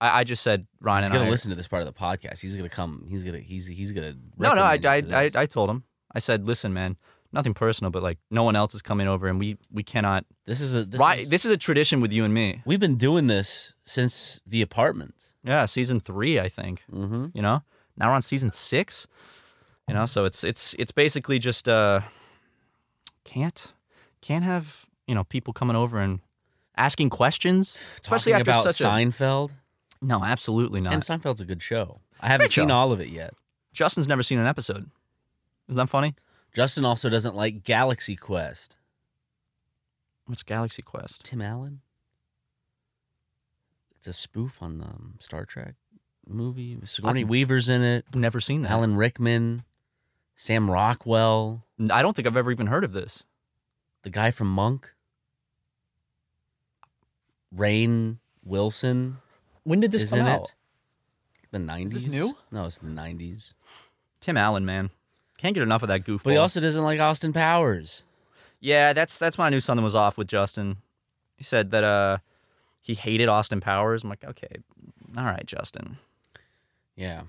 S2: I, I just said Ryan
S1: he's
S2: and
S1: gonna
S2: I. are-
S1: listen to this part of the podcast. He's gonna come. He's gonna. He's he's gonna.
S2: no, no, I, I,
S1: recommend
S2: I,
S1: it to this.
S2: I told him. I said, listen, man, nothing personal, but like no one else is coming over, and we we cannot.
S1: This is a.
S2: This
S1: This
S2: right,
S1: is,
S2: this is a tradition with you and me.
S1: We've been doing this since the apartment.
S2: Yeah, season three, I think.
S1: Mm-hmm.
S2: You know, now we're on season six. You know, so it's it's it's basically just uh, can't can't have you know people coming over and asking questions, especially
S1: Talking
S2: after
S1: about
S2: such
S1: Seinfeld,
S2: a no, absolutely not.
S1: and Seinfeld's a good show. I haven't
S2: great
S1: seen
S2: show.
S1: all of it yet.
S2: Justin's never seen an episode. Isn't that funny?
S1: Justin also doesn't like Galaxy Quest.
S2: What's Galaxy Quest?
S1: Tim Allen? It's a spoof on um, Star Trek movie. Sigourney
S2: I've-
S1: Weaver's in it.
S2: I've never seen that.
S1: Alan Rickman, Sam Rockwell,
S2: I don't think I've ever even heard of this.
S1: the guy from Monk, Rain Wilson.
S2: When did this
S1: is
S2: come
S1: in
S2: out?
S1: it. The 90s.
S2: new?
S1: No, it's the 90s.
S2: Tim Allen, man, can't get enough of that goofball.
S1: But he also doesn't like Austin Powers.
S2: yeah, that's that's when I knew something was off with Justin. He said that uh, he hated Austin Powers. I'm like, okay, all right, Justin
S1: Yeah.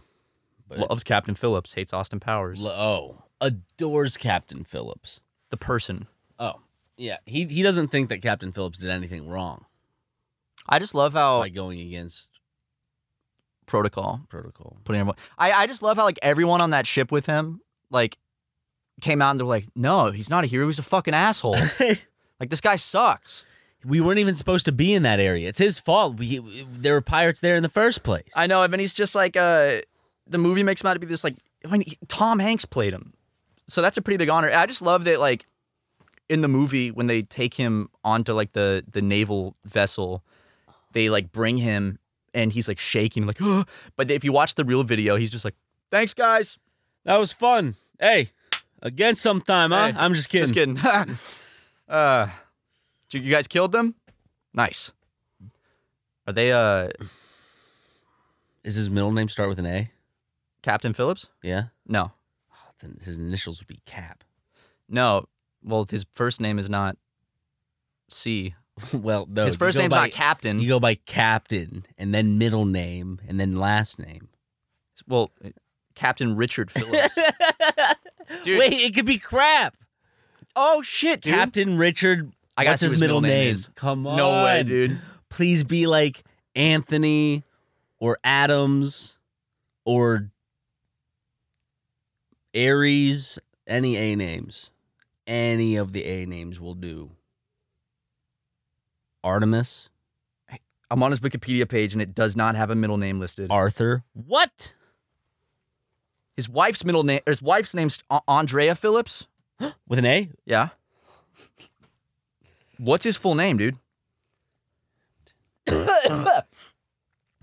S1: But
S2: loves Captain Phillips, hates Austin Powers.
S1: Lo- oh, adores Captain Phillips.
S2: the person.
S1: Oh, yeah. He he doesn't think that Captain Phillips did anything wrong
S2: I just love how
S1: by going against
S2: protocol
S1: protocol.
S2: putting everyone. I I just love how like everyone on that ship with him like came out and they're like, no, he's not a hero. He's a fucking [laughs] asshole. like this guy sucks.
S1: We weren't even supposed to be in that area. It's his fault. We, there were pirates there in the first place.
S2: I know. I mean, he's just like uh, the movie makes him out to be this like. I mean, he- Tom Hanks played him, so that's a pretty big honor. I just love that like in the movie when they take him onto like the the naval vessel, they like bring him and he's like shaking like. [gasps] Oh. But if you watch the real video, he's just like, "Thanks, guys."
S1: That was fun. Hey, again sometime, huh?
S2: Hey,
S1: I'm just kidding.
S2: Just kidding. [laughs] uh, you you guys killed them. Nice. Are they uh
S1: Is his middle name start with an A?
S2: Captain Phillips?
S1: Yeah.
S2: No,
S1: Oh, then his initials would be Cap. [laughs]
S2: No. Well, his first name is not C.
S1: well, no.
S2: his
S1: you
S2: first
S1: go
S2: name's
S1: by-
S2: not Captain.
S1: You go by Captain, and then middle name, and then last name. [laughs]
S2: well, Captain Richard Phillips. Dude.
S1: Wait, it could be crap.
S2: oh shit, dude.
S1: Captain Richard.
S2: I got
S1: what's
S2: who
S1: his
S2: his
S1: middle,
S2: middle name
S1: name.
S2: is.
S1: Come on,
S2: No way, dude.
S1: Please be like Anthony or Adams or Aries. Any A names, any of the A names will do. Artemis,
S2: I'm on his Wikipedia page and it does not have a middle name listed.
S1: Arthur. What?
S2: His wife's middle name his wife's name's A- Andrea Phillips?
S1: With an A?
S2: Yeah. What's his full name, dude?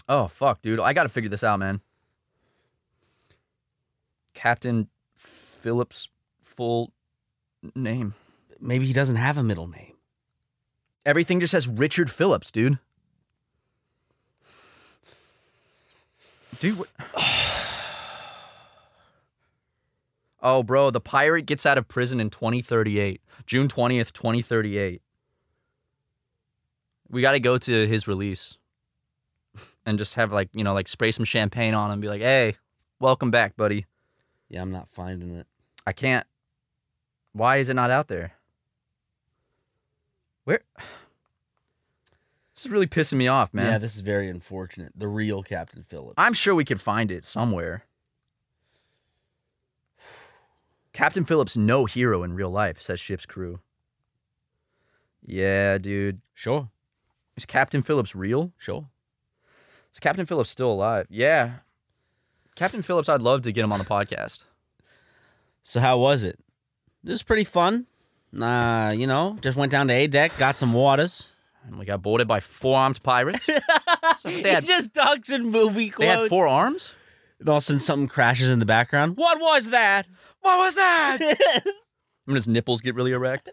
S2: oh fuck, dude. I got to figure this out, man. Captain Phillips full name.
S1: Maybe he doesn't have a middle name.
S2: Everything just says Richard Phillips, dude. Dude, what? [sighs] oh, bro, the pirate gets out of prison in 2038, June 20th, 2038. We got to go to his release and just have, like, you know, like spray some champagne on him and be like, hey, welcome back, buddy.
S1: Yeah, I'm not finding it.
S2: I can't. Why is it not out there? Where? [sighs] This is really pissing me off, man.
S1: Yeah, this is very unfortunate. The real Captain Phillips.
S2: I'm sure we could find it somewhere. Captain Phillips, no hero in real life, says ship's crew. Yeah, dude.
S1: Sure,
S2: Is Captain Phillips real?
S1: sure.
S2: Is Captain Phillips still alive? Yeah. Captain Phillips, I'd love to get him on the podcast.
S1: So how was it? It was pretty fun. Uh, you know, just went down to A deck, got some waters.
S2: And we got boarded by four armed [laughs] pirates. So they had-
S1: just talks in movie
S2: they
S1: quotes.
S2: had four arms?
S1: All of a sudden, something crashes in the background. What was that? What was [laughs] that?
S2: when his nipples get really erect.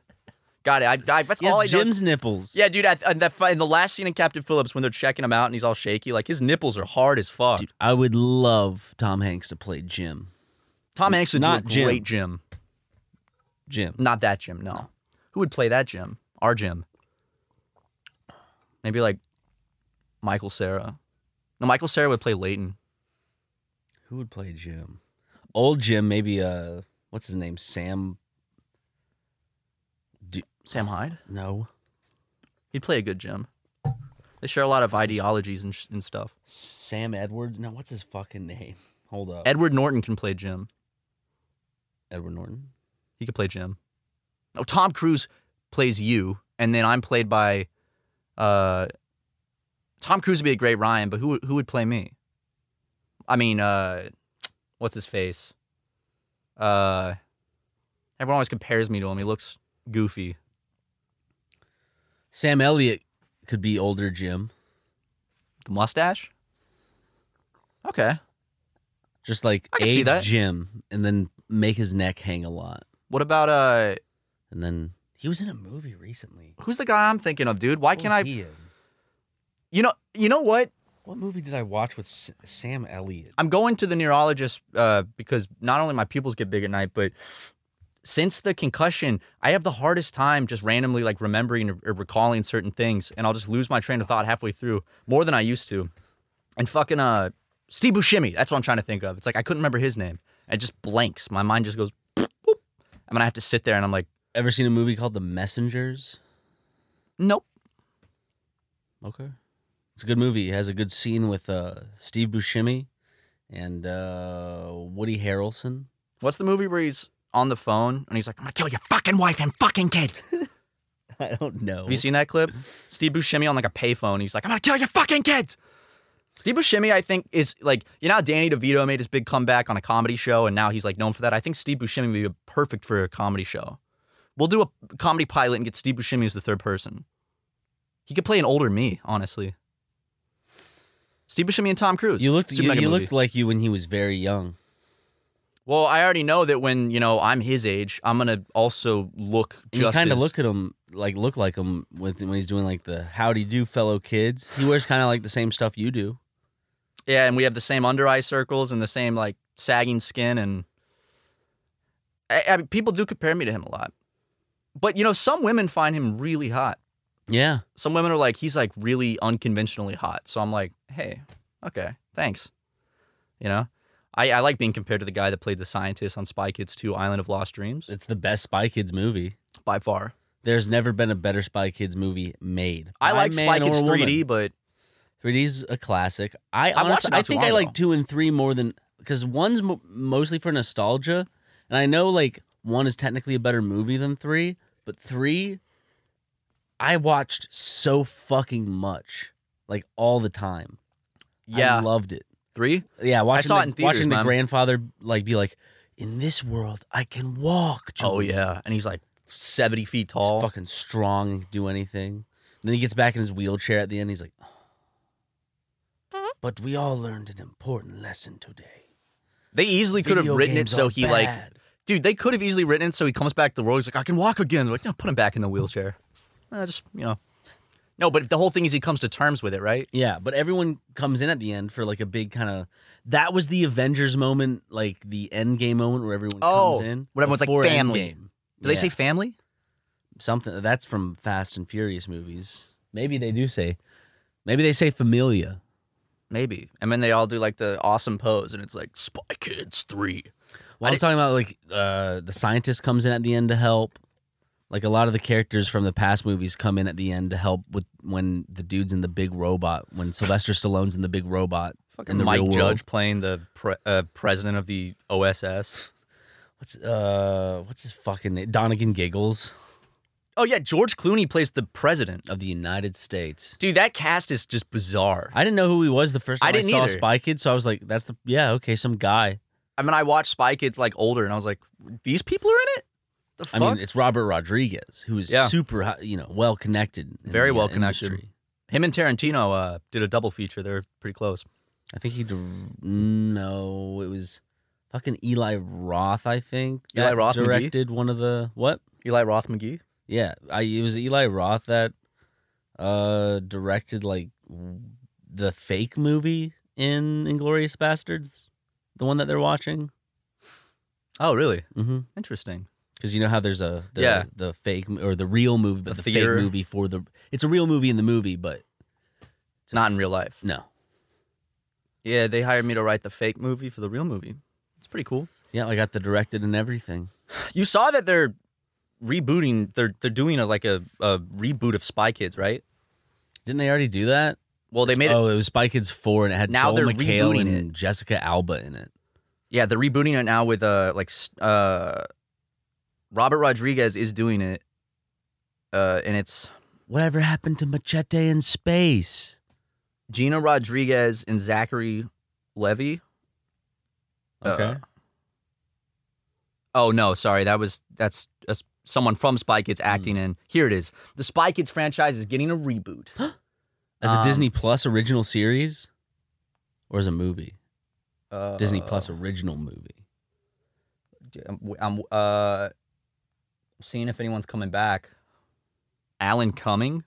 S2: Got it. I, I, that's
S1: yes,
S2: all I know.
S1: Jim's
S2: is-
S1: nipples.
S2: Yeah, dude. At, at that, fi- in the last scene in Captain Phillips, when they're checking him out and he's all shaky, like his nipples are hard as fuck.
S1: Dude, I would love Tom Hanks to play Jim.
S2: Tom Hanks would
S1: not
S2: do a
S1: Jim.
S2: great Jim.
S1: Jim.
S2: Not that Jim. No. Who would play that Jim? Our Jim. Maybe like Michael Sarah. No, Michael Sarah would play Leighton.
S1: Who would play Jim? Old Jim, maybe. Uh, what's his name? Sam.
S2: Sam Hyde.
S1: No,
S2: He'd play a good Jim. They share a lot of ideologies and, sh- and stuff.
S1: Sam Edwards. No, what's his fucking name? Hold up.
S2: Edward Norton can play Jim.
S1: Edward Norton.
S2: He could play Jim. Oh, Tom Cruise plays you, and then I'm played by. Uh, Tom Cruise would be a great Ryan, but who who would play me? I mean, uh, what's his face? Uh, Everyone always compares me to him. He looks goofy.
S1: Sam Elliott could be older Jim,
S2: The mustache. Okay.
S1: just like
S2: I can see
S1: age
S2: that.
S1: Jim, and then make his neck hang a lot.
S2: What about uh?
S1: And then he was in a movie recently.
S2: Who's the guy I'm thinking of, dude? Why
S1: What
S2: can't
S1: was
S2: I?
S1: he in?
S2: You know. You know what?
S1: What movie did I watch with S- Sam Elliott?
S2: I'm going to the neurologist uh, because not only my pupils get big at night, but since the concussion, I have the hardest time just randomly like remembering or, or recalling certain things, and I'll just lose my train of thought halfway through more than I used to. And fucking uh, Steve Buscemi, that's what I'm trying to think of. It's like I couldn't remember his name. It just blanks. My mind just goes, boop. and then I have to sit there and I'm like,
S1: Ever seen a movie called The Messengers?
S2: nope.
S1: Okay. It's a good movie. It has a good scene with uh, Steve Buscemi and uh, Woody Harrelson. [laughs]
S2: What's the movie where he's on the phone and he's like, I'm gonna kill your fucking wife and fucking kids.
S1: I don't know.
S2: Have you seen that clip? Steve Buscemi on like a payphone. He's like, I'm gonna kill your fucking kids. Steve Buscemi, I think, is like you know how Danny DeVito made his big comeback on a comedy show, and now he's like known for that. I think Steve Buscemi would be perfect for a comedy show. We'll do a comedy pilot and get Steve Buscemi as the third person. He could play an older me, honestly. Steve Buscemi and Tom Cruise.
S1: You looked
S2: Super
S1: you,
S2: mega
S1: you
S2: movie.
S1: looked like you when he was very young.
S2: well. I already know that when you know I'm his age, I'm gonna also look
S1: And you
S2: just
S1: kind of
S2: as-
S1: look at him like look like him with, when he's doing like the howdy do fellow kids. He wears kind of like the same stuff you do.
S2: Yeah, and we have the same under eye circles and the same like sagging skin, and I, I mean, people do compare me to him a lot. But you know, some women find him really hot.
S1: Yeah.
S2: Some women are like, he's like really unconventionally hot. So I'm like, hey, okay, thanks. You know, I, I like being compared to the guy that played the scientist on Spy Kids 2: Island of Lost Dreams
S1: It's the best Spy Kids movie.
S2: by far.
S1: There's never been a better Spy Kids movie made.
S2: I
S1: by
S2: like
S1: man
S2: Spy
S1: or
S2: Kids
S1: woman.
S2: 3D, but
S1: 3D is a classic. I
S2: I
S1: honestly,
S2: watched it not
S1: I,
S2: too
S1: think
S2: long
S1: I like
S2: ago.
S1: two and three more than because one's mo- mostly for nostalgia, and I know like one is technically a better movie than three, but three, I watched so fucking much, like all the time.
S2: yeah,
S1: I loved it.
S2: three.
S1: Yeah, watching
S2: saw
S1: the,
S2: it in theaters,
S1: watching the
S2: man.
S1: grandfather like be like, in this world, I can walk.
S2: Oh
S1: Julie."
S2: yeah, and he's like 70 feet
S1: He's
S2: tall.
S1: fucking strong and can do anything. And then he gets back in his wheelchair at the end. He's like, "Oh." but we all learned an important lesson today.
S2: They easily could have
S1: Video
S2: written it
S1: games
S2: so
S1: are
S2: he like,
S1: bad.
S2: dude. They could have easily written it so he comes back to the role. He's like, I can walk again. They're like, no, put him back in the wheelchair. Uh, just you know, no. But the whole thing is he comes to terms with it, right?
S1: Yeah, but everyone comes in at the end for like a big kind of. That was the Avengers moment, like the end game moment where everyone
S2: Oh,
S1: comes in.
S2: when everyone's like,
S1: before
S2: "Family."
S1: Endgame.
S2: Do they
S1: Yeah,
S2: say family?
S1: something? That's from Fast and Furious movies. Maybe they do say. Maybe they say familia.
S2: Maybe. And then they all do like the awesome pose, and it's like Spy Kids three.
S1: Well,
S2: I
S1: I'm
S2: di-
S1: talking about like uh, the scientist comes in at the end to help. Like a lot of the characters from the past movies come in at the end to help with when the dude's in the big robot, when Sylvester Stallone's in the big robot in the
S2: Mike
S1: real world.
S2: Judge playing the pre- uh, president of the OSS.
S1: What's uh what's his fucking name? Donegan Giggles
S2: Oh yeah, George Clooney plays the president.
S1: of the United States.
S2: Dude, that cast is just bizarre.
S1: I didn't know who he was the first
S2: I
S1: time I,
S2: didn't
S1: saw
S2: either.
S1: Spy Kids, so I was like, that's the yeah, okay, some guy.
S2: I mean, I watched Spy Kids like older, and I was like, these people are in it. The
S1: I
S2: fuck?
S1: mean, it's Robert Rodriguez, who is
S2: Yeah.
S1: super hi- you know, well connected.
S2: Very well connected. Him and Tarantino uh, did a double feature. They're pretty close.
S1: I think he. dir- Mm-hmm. No, it was fucking Eli Roth. I think
S2: Eli
S1: that
S2: Roth McGee?
S1: directed one of the what?
S2: Eli Roth McGee.
S1: Yeah, I it was Eli Roth that uh directed like w- the fake movie in Inglorious Bastards, the one that they're watching.
S2: Oh, really?
S1: Mm-hmm.
S2: Interesting.
S1: Because you know how there's a the,
S2: Yeah.
S1: the fake m- or the real movie, but
S2: The
S1: the,
S2: theater.
S1: fake movie for the it's a real movie in the movie, but
S2: It's not in real life.
S1: no.
S2: Yeah, they hired me to write the fake movie for the real movie. It's pretty cool.
S1: Yeah, I got the directed and everything.
S2: You saw that they're rebooting. They're they're doing a, like a, a reboot of Spy Kids, right?
S1: Didn't they already do that?
S2: Well, they made it.
S1: oh, it was Spy Kids four, and it had
S2: Now
S1: Joel
S2: they're
S1: McHale
S2: rebooting
S1: and Jessica Alba in it.
S2: Yeah, they're rebooting it now with uh like s- uh Robert Rodriguez is doing it. Uh, and it's
S1: Whatever happened to Machete in space?
S2: Gina Rodriguez and Zachary Levy. Uh, Oh no, sorry. That was that's uh, someone from Spy Kids acting
S1: Hmm.
S2: in. Here it is. The Spy Kids franchise is getting
S1: [gasps]
S2: a reboot.
S1: As a
S2: Um,
S1: Disney Plus original series, or as a movie?
S2: Uh,
S1: Disney Plus original movie.
S2: I'm, I'm uh seeing if anyone's coming back. Alan Cumming.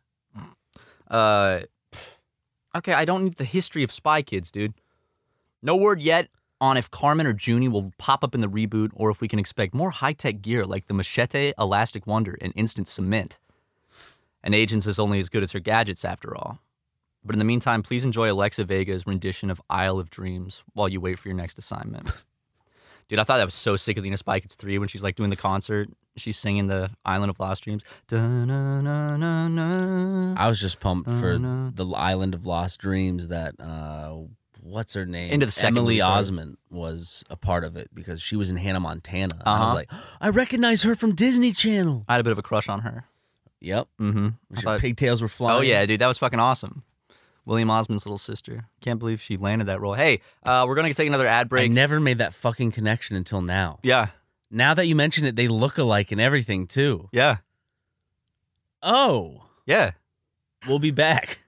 S2: Uh, okay. I don't need the history of Spy Kids, dude. No word yet on if Carmen or Junie will pop up in the reboot, or if we can expect more high tech gear like the machete, elastic wonder, and instant cement. An agent's is only as good as her gadgets, after all. But in the meantime, please enjoy Alexa Vega's rendition of Isle of Dreams while you wait for your next assignment. Dude, I thought that was so sick of Lena Spike. It's three when she's like doing the concert. She's singing the Island of Lost Dreams. Da-na-na-na-na.
S1: I was just pumped for
S2: Uh,
S1: the Island of Lost Dreams that uh what's her name?
S2: Into the second
S1: Emily
S2: movie, sorry.
S1: Osment was a part of it because she was in Hannah Montana. And I was
S2: Uh-huh.
S1: like, I recognize her from Disney Channel.
S2: I had a bit of a crush on her.
S1: Yep.
S2: Mm-hmm.
S1: Her pigtails were flying.
S2: oh yeah, dude, that was fucking awesome. William Osmond's little sister. Can't believe she landed that role. Hey, uh, we're gonna take another ad
S1: I
S2: break.
S1: never made that fucking connection until now.
S2: yeah,
S1: Now that you mention it, they look alike and everything too.
S2: yeah,
S1: Oh,
S2: yeah.
S1: we'll be back. [laughs]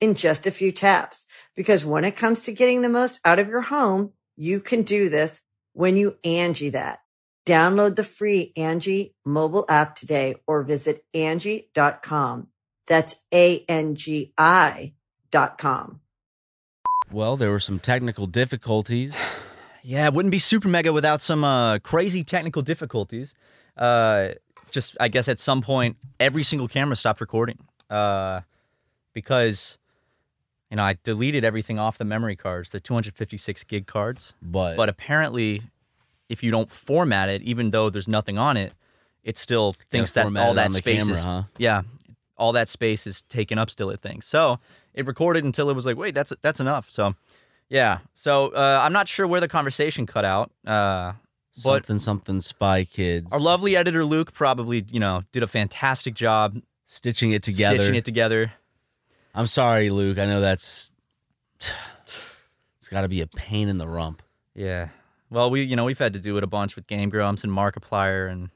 S4: in just a few taps. Because when it comes to getting the most out of your home, you can do this when you Angie that. Download the free Angie mobile app today or visit Angie.com. That's A-N-G-I dot com.
S1: Well, there were some technical difficulties.
S2: Yeah, it wouldn't be super mega without some uh, crazy technical difficulties. Uh, just, I guess, at some point, every single camera stopped recording uh, because, you know, I deleted everything off the memory cards, the 256 gig cards.
S1: But-
S2: but apparently, if you don't format it, even though there's nothing on it, it still thinks that
S1: format
S2: all
S1: it
S2: that
S1: on the
S2: space
S1: camera,
S2: is
S1: huh?
S2: yeah, all that space is taken up still. It thinks so. It recorded until it was like, wait, that's that's enough. So. Yeah. So uh, I'm not sure where the conversation cut out, uh, but
S1: something, something, Spy Kids.
S2: our lovely editor Luke probably, you know, did a fantastic job
S1: stitching it together.
S2: stitching it together.
S1: I'm sorry, Luke. I know that's. It's got to be a pain in the rump.
S2: Yeah. Well, we, you know, we've had to do it a bunch with Game Grumps and Markiplier, and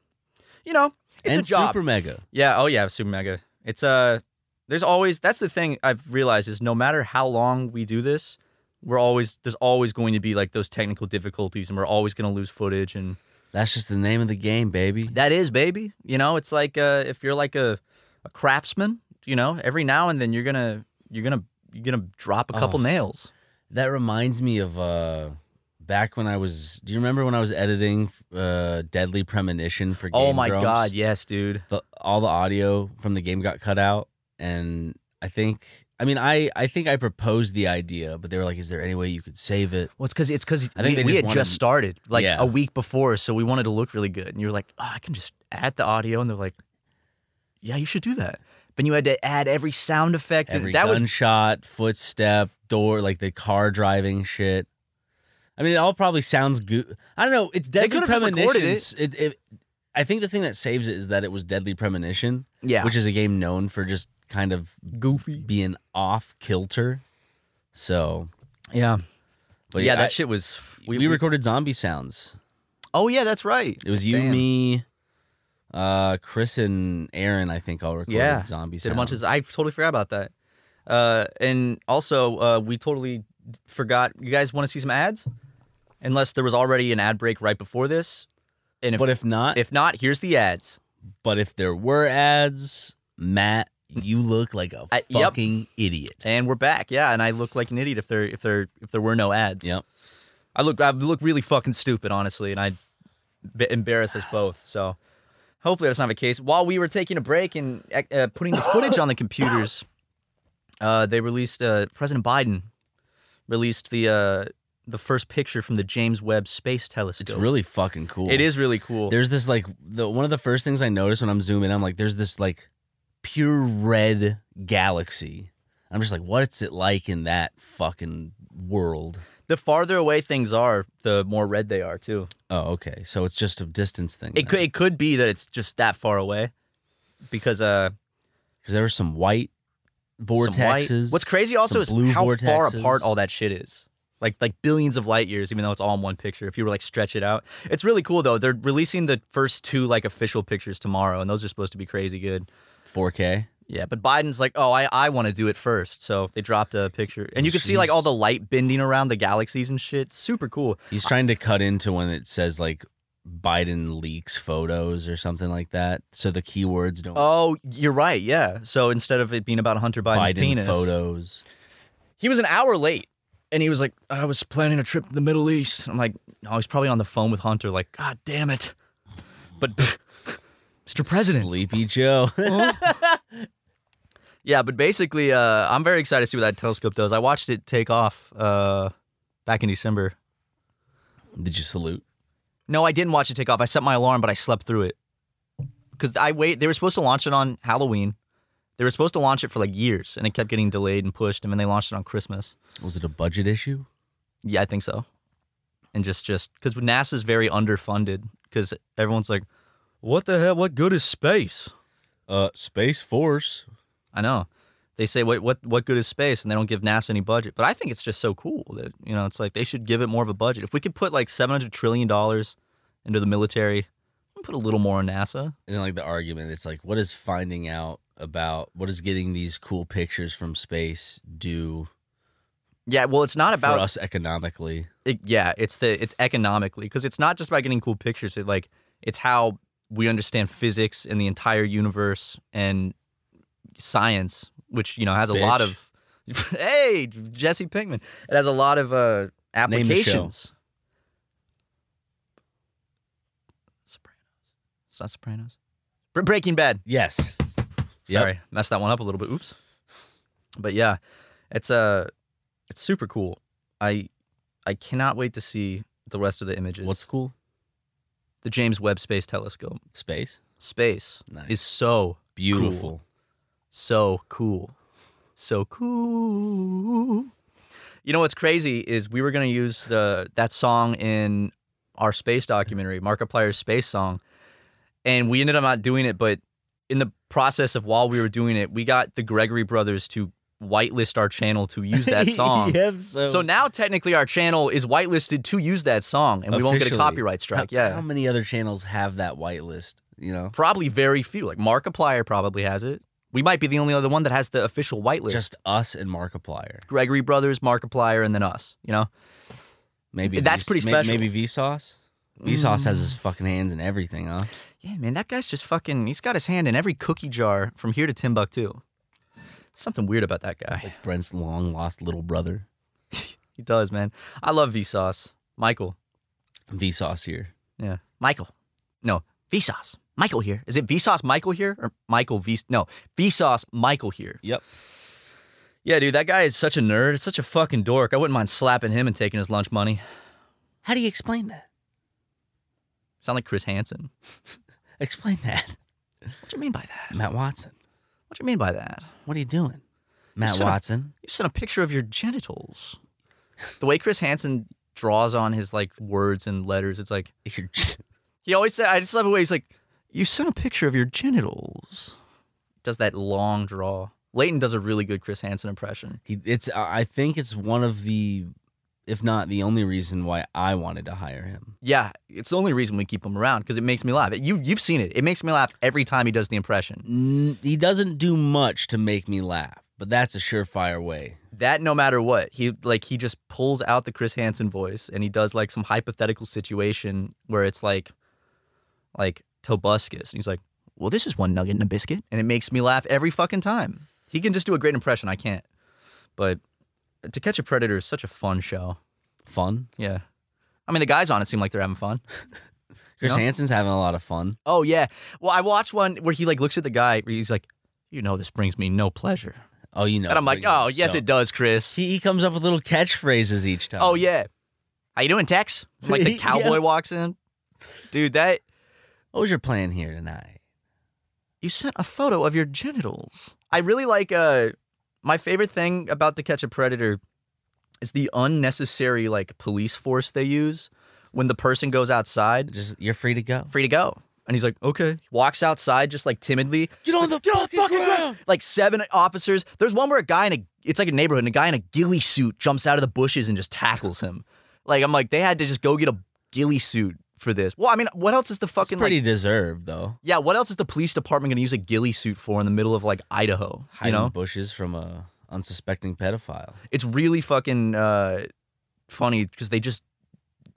S2: you know, it's
S1: and
S2: a job.
S1: Super Mega.
S2: Yeah. Oh yeah, Super Mega. It's Uh, there's always that's the thing I've realized is no matter how long we do this, we're always there's always going to be like those technical difficulties, and we're always going to lose footage and.
S1: That's just the name of the game, baby.
S2: That is, baby. You know, it's like uh, if you're like a, a craftsman, you know, every now and then you're gonna you're gonna you're gonna drop a couple
S1: Oh.
S2: nails.
S1: That reminds me of uh, back when I was. Do you remember when I was editing uh, Deadly Premonition for? Game
S2: oh my
S1: Grumps?
S2: god, yes, dude.
S1: the all the audio from the game got cut out and i think i mean i i think i proposed the idea but they were like is there any way you could save it
S2: Well, it's because it's because
S1: I think
S2: we,
S1: they
S2: we
S1: just
S2: had
S1: wanted-
S2: just started like
S1: Yeah.
S2: a week before, so we wanted to look really good, and you were like, oh, I can just add the audio, and they're like, Yeah, you should do that. Then you had to add every sound effect. and
S1: every
S2: that was
S1: gunshot footstep door like the car driving shit i mean it all probably sounds good i don't know it's deadly
S2: could've just recorded
S1: premonitions it. It, I think the thing that saves it is that it was Deadly Premonition,
S2: Yeah.
S1: which is a game known for just kind of
S2: goofy.
S1: being off kilter. So,
S2: Yeah.
S1: but
S2: yeah,
S1: yeah,
S2: that
S1: I-
S2: shit was.
S1: we, recorded zombie sounds.
S2: Oh yeah, that's right.
S1: It was you,
S2: Damn.
S1: me, uh, Chris, and Aaron. I think all recorded
S2: Yeah,
S1: zombie
S2: Did
S1: sounds.
S2: a bunch of. I totally forgot about that. Uh, and also, uh, we totally forgot. You guys want to see some ads? Unless there was already an ad break right before this. And if
S1: but if not,
S2: if not, here's the ads.
S1: but if there were ads, Matt, you look like a
S2: I- yep.
S1: fucking idiot.
S2: And we're back. Yeah, and I look like an idiot if there if there if there were no ads.
S1: Yep.
S2: I look I look really fucking stupid, honestly, and I b- embarrass us both. So hopefully that's not the case. While we were taking a break and uh, putting the footage on
S1: [laughs]
S2: the computers, uh, they released uh, President Biden released the uh, the first picture from the James Webb Space Telescope.
S1: It's really fucking cool.
S2: it is really cool.
S1: There's this like the one of the first things I notice when I'm zooming. I'm like, there's this like pure red galaxy. I'm just like, what's it like in that fucking world?
S2: the farther away things are, the more red they are too.
S1: Oh, okay. So it's just a distance thing.
S2: It could it could be that it's just that far away because uh
S1: because there were some white
S2: some white-
S1: vortexes.
S2: What's crazy also
S1: some
S2: is
S1: blue
S2: how far
S1: vortexes.
S2: apart all that shit is. Like like billions of light years, even though it's all in one picture. If you were like stretch it out, it's really cool though. They're releasing the first two like official pictures tomorrow, and those are supposed to be crazy good.
S1: 4K.
S2: Yeah, but Biden's like, oh, I I want to do it first, so they dropped a picture, and you can see like all the light bending around the galaxies and shit. Super cool.
S1: He's trying to cut into when it says like Biden leaks photos or something like that, so the keywords don't.
S2: Oh, you're right. Yeah. So instead of it being about Hunter Biden's
S1: Biden
S2: penis,
S1: photos.
S2: he was an hour late and he was like i was planning a trip to the middle east i'm like no he's probably on the phone with hunter like god damn it but [laughs] mr president Oh.
S1: Sleepy
S2: [laughs]
S1: Joe.
S2: yeah but basically uh, i'm very excited to see what that telescope does i watched it take off uh, back in december
S1: Did you salute?
S2: no i didn't watch it take off i set my alarm but i slept through it because i wait they were supposed to launch it on halloween they were supposed to launch it for like years and it kept getting delayed and pushed and then they launched it on christmas
S1: Was it a budget issue?
S2: Yeah, I think so. And just just because NASA's very underfunded because everyone's like, what the hell? What good is space?
S1: Uh, Space Force.
S2: I know. They say what what what good is space, and they don't give NASA any budget. But I think it's just so cool that you know it's like they should give it more of a budget. If we could put like seven hundred trillion dollars into the military, and put a little more on NASA.
S1: And like the argument, it's like, what is finding out about what is getting these cool pictures from space do
S2: Yeah, well, it's not about
S1: for us economically?
S2: it, yeah, it's the it's economically because it's not just about getting cool pictures. It like it's how we understand physics and the entire universe and science, which you know has a lot
S1: Bitch.
S2: of. [laughs] hey, Jesse Pinkman. It has a lot of uh,
S1: the show.
S2: applications. Sopranos. It's not Sopranos. Bre- Breaking Bad.
S1: Yes. Yep.
S2: Sorry, messed that one up a little bit. Oops. But yeah, it's uh, it's super cool. I I cannot wait to see the rest of the images.
S1: What's cool?
S2: the James Webb Space Telescope?
S1: Space.
S2: Space
S1: Nice.
S2: is so
S1: Beautiful.
S2: cool. so cool, so cool. You know what's crazy is we were gonna use the that song in our space documentary, Markiplier's space song, and we ended up not doing it. But in the process of while we were doing it, we got the Gregory Brothers to whitelist our channel to
S1: [laughs]
S2: use [laughs] that song.
S1: Yep, so,
S2: So now technically our channel is whitelisted to use that song, and we won't get a
S1: Officially.
S2: copyright strike.
S1: How,
S2: Yeah,
S1: How many other channels have that whitelist? You know,
S2: probably very few. Like Markiplier probably has it. We might be the only other one that has the official whitelist.
S1: just us and Markiplier.
S2: Gregory Brothers, Markiplier, and then us. You know,
S1: Maybe
S2: That's
S1: Vs-
S2: pretty
S1: may-
S2: special.
S1: Maybe Vsauce. Vsauce has his fucking hands in everything, huh?
S2: yeah, man, that guy's just fucking. He's got his hand in every cookie jar from here to Timbuktu. Something weird about that guy.
S1: Brent's long lost little brother.
S2: He does, man. I love Vsauce. Michael.
S1: Vsauce here.
S2: Yeah, Michael. No, Vsauce. Michael here. Is it Vsauce Michael here or Michael V? No, Vsauce Michael here.
S1: Yep.
S2: Yeah, dude, that guy is such a nerd. It's such a fucking dork. I wouldn't mind slapping him and taking his lunch money.
S1: How do you explain that?
S2: Sound like Chris Hansen.
S1: [laughs] Explain that,
S2: What do you mean by that?
S1: Matt Watson.
S2: What do you mean by that?
S1: What are you doing,
S2: You
S1: Matt
S2: son of-
S1: Watson?
S2: You sent a picture of your genitals. the way Chris Hansen draws on his like words and letters, it's like
S1: You're just-
S2: he always said. I just love the way he's like, You sent a picture of your genitals. Does that long draw. Leighton does a really good Chris Hansen impression.
S1: He, it's I think it's one of the, if not the only reason why I wanted to hire him.
S2: Yeah, it's the only reason we keep him around because it makes me laugh. You, you've seen it. It makes me laugh every time he does the impression.
S1: N- he doesn't do much to make me laugh, but that's a surefire way.
S2: That no matter what, he like he just pulls out the Chris Hansen voice and he does like some hypothetical situation where it's like, like Tobuscus, and he's like, "Well, this is one nugget and a biscuit," and it makes me laugh every fucking time. He can just do a great impression. I can't. But To Catch a Predator is such a fun show.
S1: Fun.
S2: Yeah, I mean the guys on it seem like they're having fun.
S1: Chris
S2: No.
S1: Hansen's having a lot of fun.
S2: Oh yeah. Well, I watched one where he like looks at the guy. Where he's like, "You know, this brings me no pleasure."
S1: Oh, you know.
S2: and I'm like,
S1: bringing
S2: "Oh
S1: up
S2: yes,
S1: show."
S2: it does, Chris."
S1: He, he comes up with little catchphrases each time.
S2: oh yeah. How you doing, Tex? And, Like the
S1: Yeah.
S2: cowboy walks in, dude. That
S1: What was your plan here tonight?
S2: you sent a photo of your genitals. I really like. Uh, my favorite thing about To Catch a Predator is the unnecessary like police force they use when the person goes outside,
S1: Just you're free to go.
S2: free to go. And he's like, okay. Walks outside just like timidly.
S1: Get on the fucking, ground.
S2: like seven officers. There's one where a guy in a it's like a neighborhood and a guy in a ghillie suit jumps out of the bushes and just tackles him. Like I'm like they had to just go get a ghillie suit for this. Well, I mean, what else is the
S1: It's
S2: fucking
S1: pretty
S2: like,
S1: deserved though.
S2: yeah? What else is the police department going to use a ghillie suit for in the middle of like Idaho?
S1: Hiding
S2: You know,
S1: bushes from a unsuspecting pedophile.
S2: it's really fucking uh, funny because they just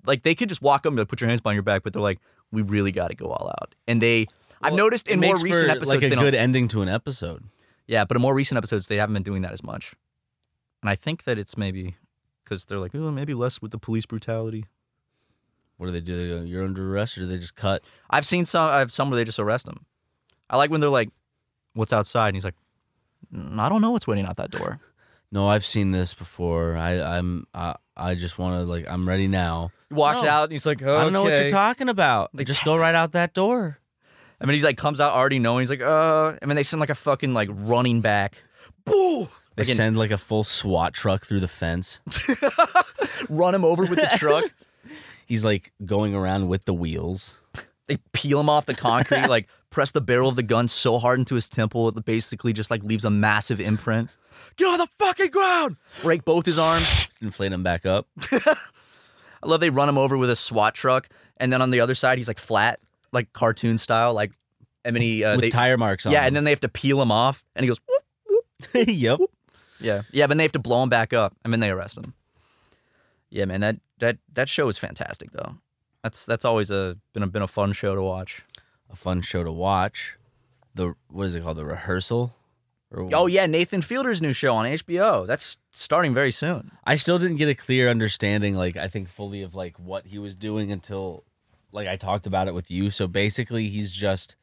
S2: like they could just walk up and be like, put your hands behind your back, but they're like, we really got to go all out, and they. I've
S1: Well,
S2: noticed
S1: it
S2: in more
S1: makes
S2: recent
S1: for,
S2: episodes
S1: like
S2: they
S1: a
S2: don't
S1: good ending to an episode.
S2: Yeah, but in more recent episodes, they haven't been doing that as much. And I think that it's maybe because they're like, oh, maybe less with the police brutality.
S1: What do they do? They go, "You're under arrest," or do they just cut?
S2: I've seen some. I've some where they just arrest him. I like when they're like, "What's outside?" And he's like, "Mm, "I don't know what's waiting out that door."
S1: No, I've seen this before. I, I'm I, I just want to like I'm ready now.
S2: [laughs] He walks
S1: No.
S2: out and he's like,
S1: I don't know what you're
S2: "Okay."
S1: talking about.
S2: Like,
S1: just go right out that door.
S2: I mean, he's like comes out already knowing. He's like, "Uh," and then they send like a fucking like running back, boo,
S1: They
S2: Like an-
S1: send like a full SWAT truck through the [laughs] fence.
S2: run him over [laughs] with the truck.
S1: He's like going around with the wheels.
S2: they peel him off the
S1: [laughs]
S2: concrete, like press the barrel of the gun so hard into his temple, it basically just like leaves a massive imprint. Get on the fucking ground! Break both his arms.
S1: Inflate him back up.
S2: I love they run him over with a SWAT truck, and then on the other side he's like flat, like cartoon style, like and then he uh,
S1: with
S2: they,
S1: tire marks on.
S2: yeah, and then they have to peel him off, and he goes whoop whoop.
S1: then [laughs] yep.
S2: Yeah, yeah, but they have to blow him back up, and then they arrest him. Yeah, man, that that that show is fantastic though. That's that's always a been a been a fun show to watch.
S1: A fun show to watch. The what is it called? The rehearsal. Or-
S2: Oh yeah, Nathan Fielder's new show on HBO. That's starting very soon.
S1: I still didn't get a clear understanding, like I think fully of like what he was doing until like I talked about it with you. So basically he's just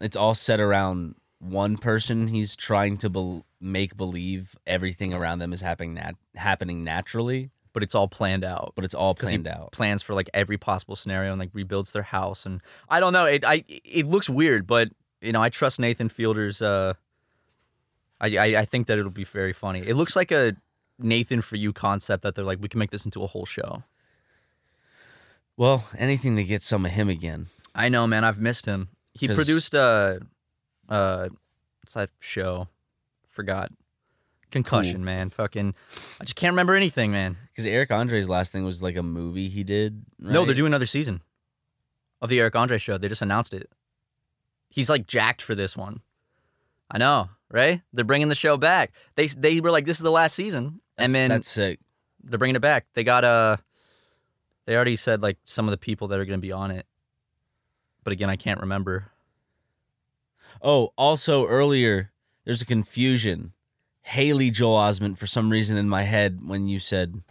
S1: it's all set around one person. He's trying to bel make believe everything around them is happening nat- happening naturally,
S2: But it's all planned out.
S1: but it's all
S2: 'Cause he
S1: planned out.
S2: Plans for like every possible scenario and like rebuilds their house and I don't know. It I it looks weird, but you know I trust Nathan Fielder's. Uh, I, I I think that it'll be very funny. It looks like a Nathan for you concept that they're like we can make this into a whole show.
S1: well, anything to get some of him again.
S2: I know, man. I've missed him. He
S1: 'Cause-
S2: produced uh uh what's that show? Forgot. Concussion, man. Fucking I just can't remember anything, man.
S1: Because Eric Andre's last thing was like a movie he did.
S2: No,
S1: right?
S2: they're doing another season of the Eric Andre show. They just announced it. He's like jacked for this one. I know, right? They're bringing the show back. They they were like, this is the last season,
S1: That's,
S2: and then
S1: that's sick.
S2: they're bringing it back. They got uh they already said like some of the people that are going to be on it, but again, I can't remember.
S1: Oh, also earlier, there's a confusion. Haley Joel Osment, for some reason in my head, when you said,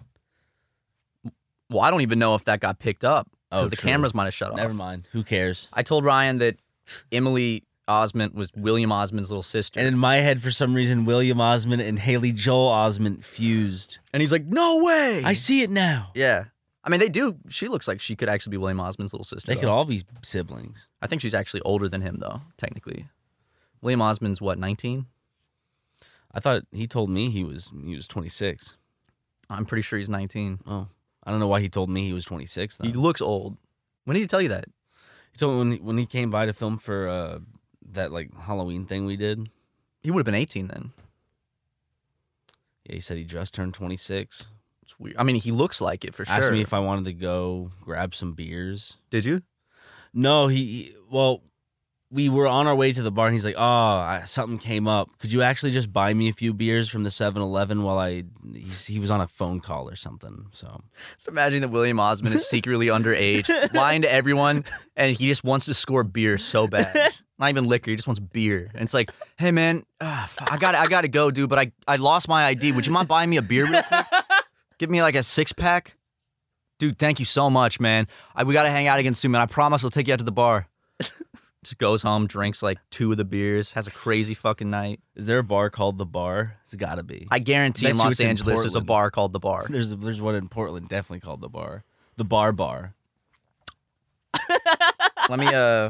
S2: Well, I don't even know if that got picked up because
S1: Oh,
S2: the
S1: true.
S2: cameras might have shut off.
S1: never mind, who cares?
S2: I told Ryan that Emily Osment was William Osment's little sister,
S1: And in my head, for some reason, William Osment and Haley Joel Osment fused.
S2: and he's like, "No way!"
S1: I see it now.
S2: Yeah. I mean, they do. She looks like she could actually be William Osmond's little sister.
S1: They could
S2: though.
S1: all be siblings.
S2: I think she's actually older than him, though, technically. William Osmond's what, 19?
S1: I thought he told me he was he was 26.
S2: I'm pretty sure he's 19.
S1: Oh, I don't know why he told me he was 26. Though.
S2: He looks old. When did he tell you that?
S1: He told me when he, when he came by to film for uh, that like Halloween thing we did.
S2: He would have been 18 then.
S1: Yeah, he said he just turned 26.
S2: It's weird. I mean, he looks like it for sure.
S1: Asked me if I wanted to go grab some beers.
S2: Did you?
S1: No, he, he- well, we were on our way to the bar and he's like, "Oh, I, something came up. Could you actually just buy me a few beers from the 7-Eleven while I he's, he was on a phone call or something." So,
S2: Just imagine that William Osmond is secretly underage,
S1: [laughs]
S2: lying to everyone, and he just wants to score beer
S1: [laughs]
S2: so bad. Not even liquor, he just wants beer. And it's like, hey man, uh, I got I gotta go, dude, but I, I lost my ID. Would you mind buying me a beer real
S1: [laughs]
S2: quick? Give me like a six pack? Dude, thank you so much, man. I, we gotta hang out again soon, man. I promise I'll take you out to
S1: [laughs]
S2: the bar. Just goes home, drinks like two of the beers, has a crazy fucking night.
S1: is there a bar called The Bar? It's got to be.
S2: I guarantee
S1: Bet
S2: in
S1: you
S2: Los
S1: it's in
S2: Angeles there's a
S1: Portland.
S2: bar called the bar.
S1: [laughs] there's there's one in Portland definitely called The Bar. The Bar Bar.
S2: Let me
S1: [laughs]
S2: uh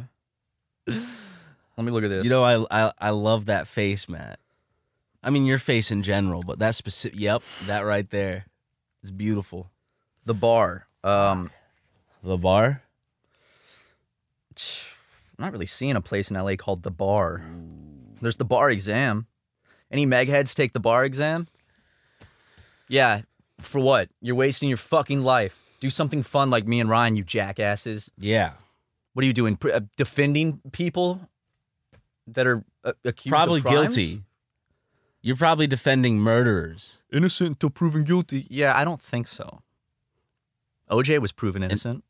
S2: let me look at this.
S1: You know, I, I I love that face, Matt. I mean, your face in general, but that specific. Yep, that right there. It's beautiful.
S2: the bar. Um,
S1: The bar.
S2: I'm not really seeing a place in LA called the bar. There's the bar exam. Any megheads take the bar exam? Yeah. For what? You're wasting your fucking life. Do something fun like me and Ryan, you jackasses.
S1: Yeah,
S2: What are you doing? Pr- uh, defending people that are uh, accused of
S1: probably
S2: crimes?
S1: guilty. You're probably defending murderers.
S2: Innocent until proven guilty. Yeah, I don't think so. OJ was proven innocent,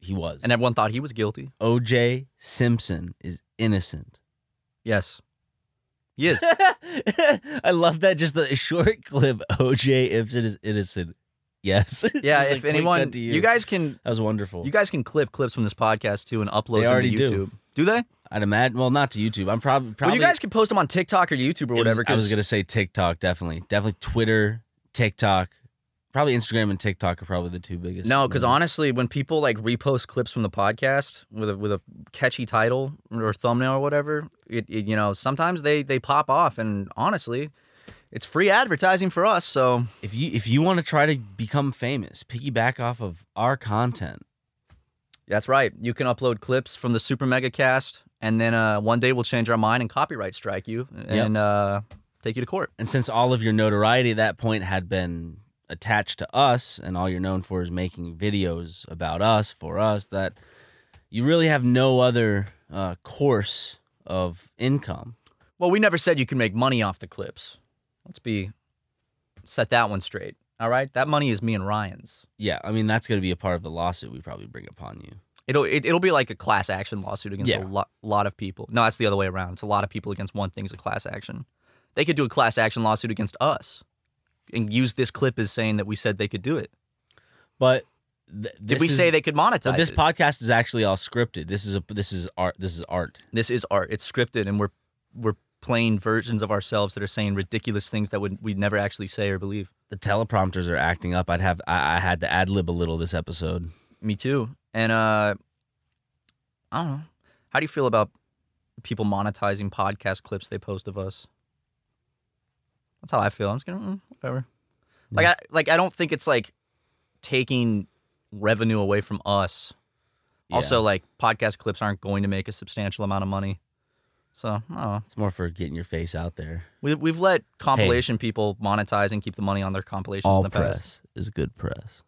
S1: He was.
S2: and everyone thought he was guilty.
S1: OJ Simpson is
S2: [laughs]
S1: innocent.
S2: Yes. He is.
S1: I love that. Just the [laughs] short clip. OJ Simpson is innocent. Yes. [laughs]
S2: Yeah,
S1: Just a
S2: if
S1: quick
S2: anyone,
S1: cut to
S2: you. guys can,
S1: That was wonderful.
S2: you guys can clip clips from this podcast too and upload
S1: They
S2: them
S1: already
S2: to
S1: do.
S2: YouTube. Do they?
S1: I'd imagine. Well, not to YouTube. I'm prob-
S2: Well,
S1: probably.
S2: you guys can post them on TikTok or YouTube or
S1: It was-
S2: whatever.
S1: I was
S2: 'cause
S1: gonna say TikTok, definitely, definitely Twitter, TikTok, probably Instagram and TikTok are probably the two biggest.
S2: no, because honestly, when people like repost clips from the podcast with a with a catchy title or thumbnail or whatever, it, it you know sometimes they they pop off, and honestly, it's free advertising for us. So
S1: if you if you want to try to become famous, piggyback off of our content.
S2: that's right, you can upload clips from the Super Mega Cast, and then uh, one day we'll change our mind and copyright strike you and uh, take you to court.
S1: And since all of your notoriety at that point had been attached to us, and all you're known for is making videos about us for us, that you really have no other uh, course of income.
S2: Well, we never said you can make money off the clips. Let's be set that one straight. All right, that money is me and Ryan's.
S1: Yeah, I mean that's going to be a part of the lawsuit we probably bring upon you.
S2: It'll it, it'll be like a class action lawsuit against
S1: Yeah.
S2: a lot lot of people. No, that's the other way around. It's a lot of people against one thing's a class action. They could do a class action lawsuit against us, and use this clip as saying that we said they could do it.
S1: But th-
S2: Did
S1: this
S2: we
S1: is-
S2: say they could monetize?
S1: But this
S2: it?
S1: podcast is actually all scripted. This is a this is art. This is art.
S2: this is art. It's scripted, and we're we're playing versions of ourselves that are saying ridiculous things that would we'd never actually say or believe.
S1: The teleprompters are acting up. I'd have I, I had to ad lib a little this episode.
S2: Me too. And uh I don't know. How do you feel about people monetizing podcast clips they post of us? That's how I feel. I'm just gonna mm, whatever. Like I like I don't think it's like taking revenue away from us.
S1: Yeah.
S2: Also, like podcast clips aren't going to make a substantial amount of money. So I don't know.
S1: It's more for getting your face out there.
S2: We've we've let compilation people monetize and keep the money on their compilations in the past.
S1: is good press.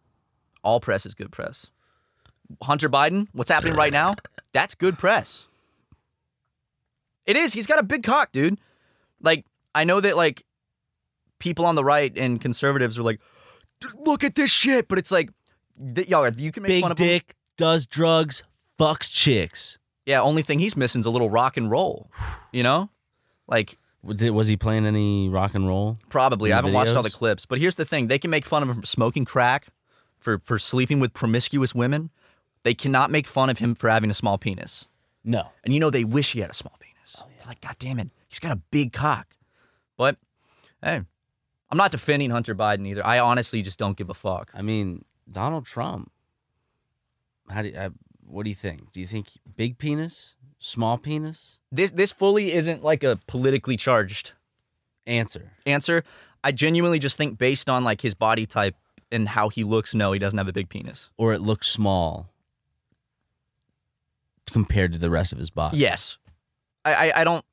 S2: All press is good press. Hunter Biden, what's happening right now? That's good press. It is. He's got a big cock, dude. Like, I know that, like, people on the right and conservatives are like, "D- look at this shit. But it's like, th- y'all, are- you can make
S1: Big
S2: fun of him.
S1: dick does drugs, fucks chicks.
S2: Yeah, only thing he's missing is a little rock and roll, you know? Like,
S1: W- Did, was he playing any rock and roll?
S2: Probably.
S1: In
S2: I
S1: the
S2: haven't watched all the
S1: videos?
S2: clips. But here's the thing they can make fun of him for smoking crack, for, for sleeping with promiscuous women. They cannot make fun of him for having a small penis.
S1: No.
S2: And you know, they wish he had a small penis. They're like, God damn it, he's got a big cock. But hey, I'm not defending Hunter Biden either. I honestly just don't give a fuck.
S1: I mean Donald Trump. How do you, I, what do you think? Do you think big penis, small penis?
S2: This, this fully isn't like a politically charged
S1: Answer.
S2: answer. I genuinely just think, based on like his body type and how he looks, no, he doesn't have a big penis.
S1: Or it looks small. compared to the rest of his body.
S2: Yes. I, I, I don't.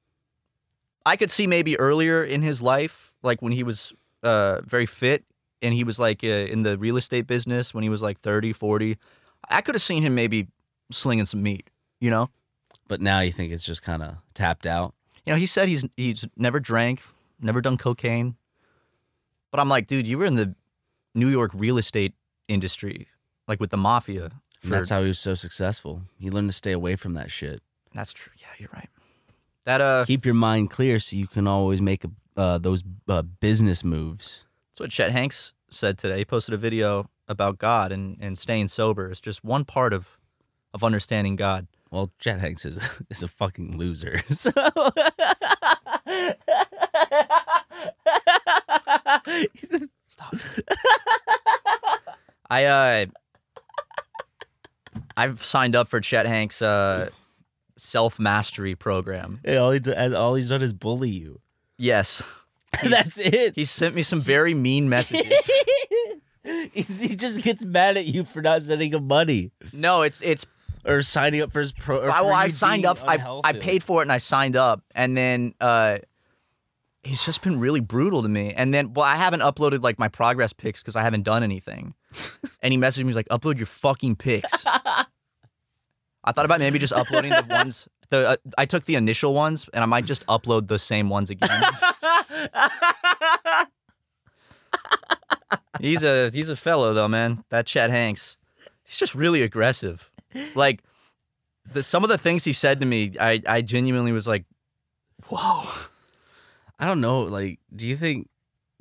S2: I could see maybe earlier in his life, like when he was uh, very fit and he was like uh, in the real estate business when he was like 30, 40. I could have seen him maybe slinging some meat, you know?
S1: But now you think it's just kind of tapped out.
S2: You know, he said he's he's never drank, never done cocaine. But I'm like, dude, you were in the New York real estate industry, like with the mafia.
S1: And that's how he was so successful. He learned to stay away from that shit.
S2: That's true. Yeah, you're right. That uh,
S1: Keep your mind clear so you can always make a, uh, those uh, business moves.
S2: that's what Chet Hanks said today. He posted a video about God and and staying sober. It's just one part of of understanding God.
S1: Well, Chet Hanks is, [laughs] is a fucking loser. [laughs] So
S2: I uh, I've signed up for Chet Hanks' uh, self mastery program.
S1: and all, he, do- and all he's done is bully
S2: [laughs]
S1: you.
S2: Yes,
S1: That's it.
S2: he sent me some very mean messages.
S1: He's- he just gets mad at you for not sending him money
S2: no, it's it's
S1: or signing up for his pro. Or
S2: I, well,
S1: for
S2: I
S1: you
S2: signed
S1: being
S2: up. I, I
S1: unhealthy.
S2: paid for it and I signed up, and then uh, he's just been really brutal to me. And then, well, I haven't uploaded like my progress pics because I haven't
S1: [laughs]
S2: done anything. and he messaged me he's like, "Upload your fucking pics." I thought about maybe just uploading the ones. The uh, I took the initial ones, and I might just upload the same ones again. he's a he's a fellow though, man. That Chad Hanks, he's just really aggressive. Like the, some of the things he said to me, I, I genuinely was like, whoa.
S1: I don't know. Like, do you think?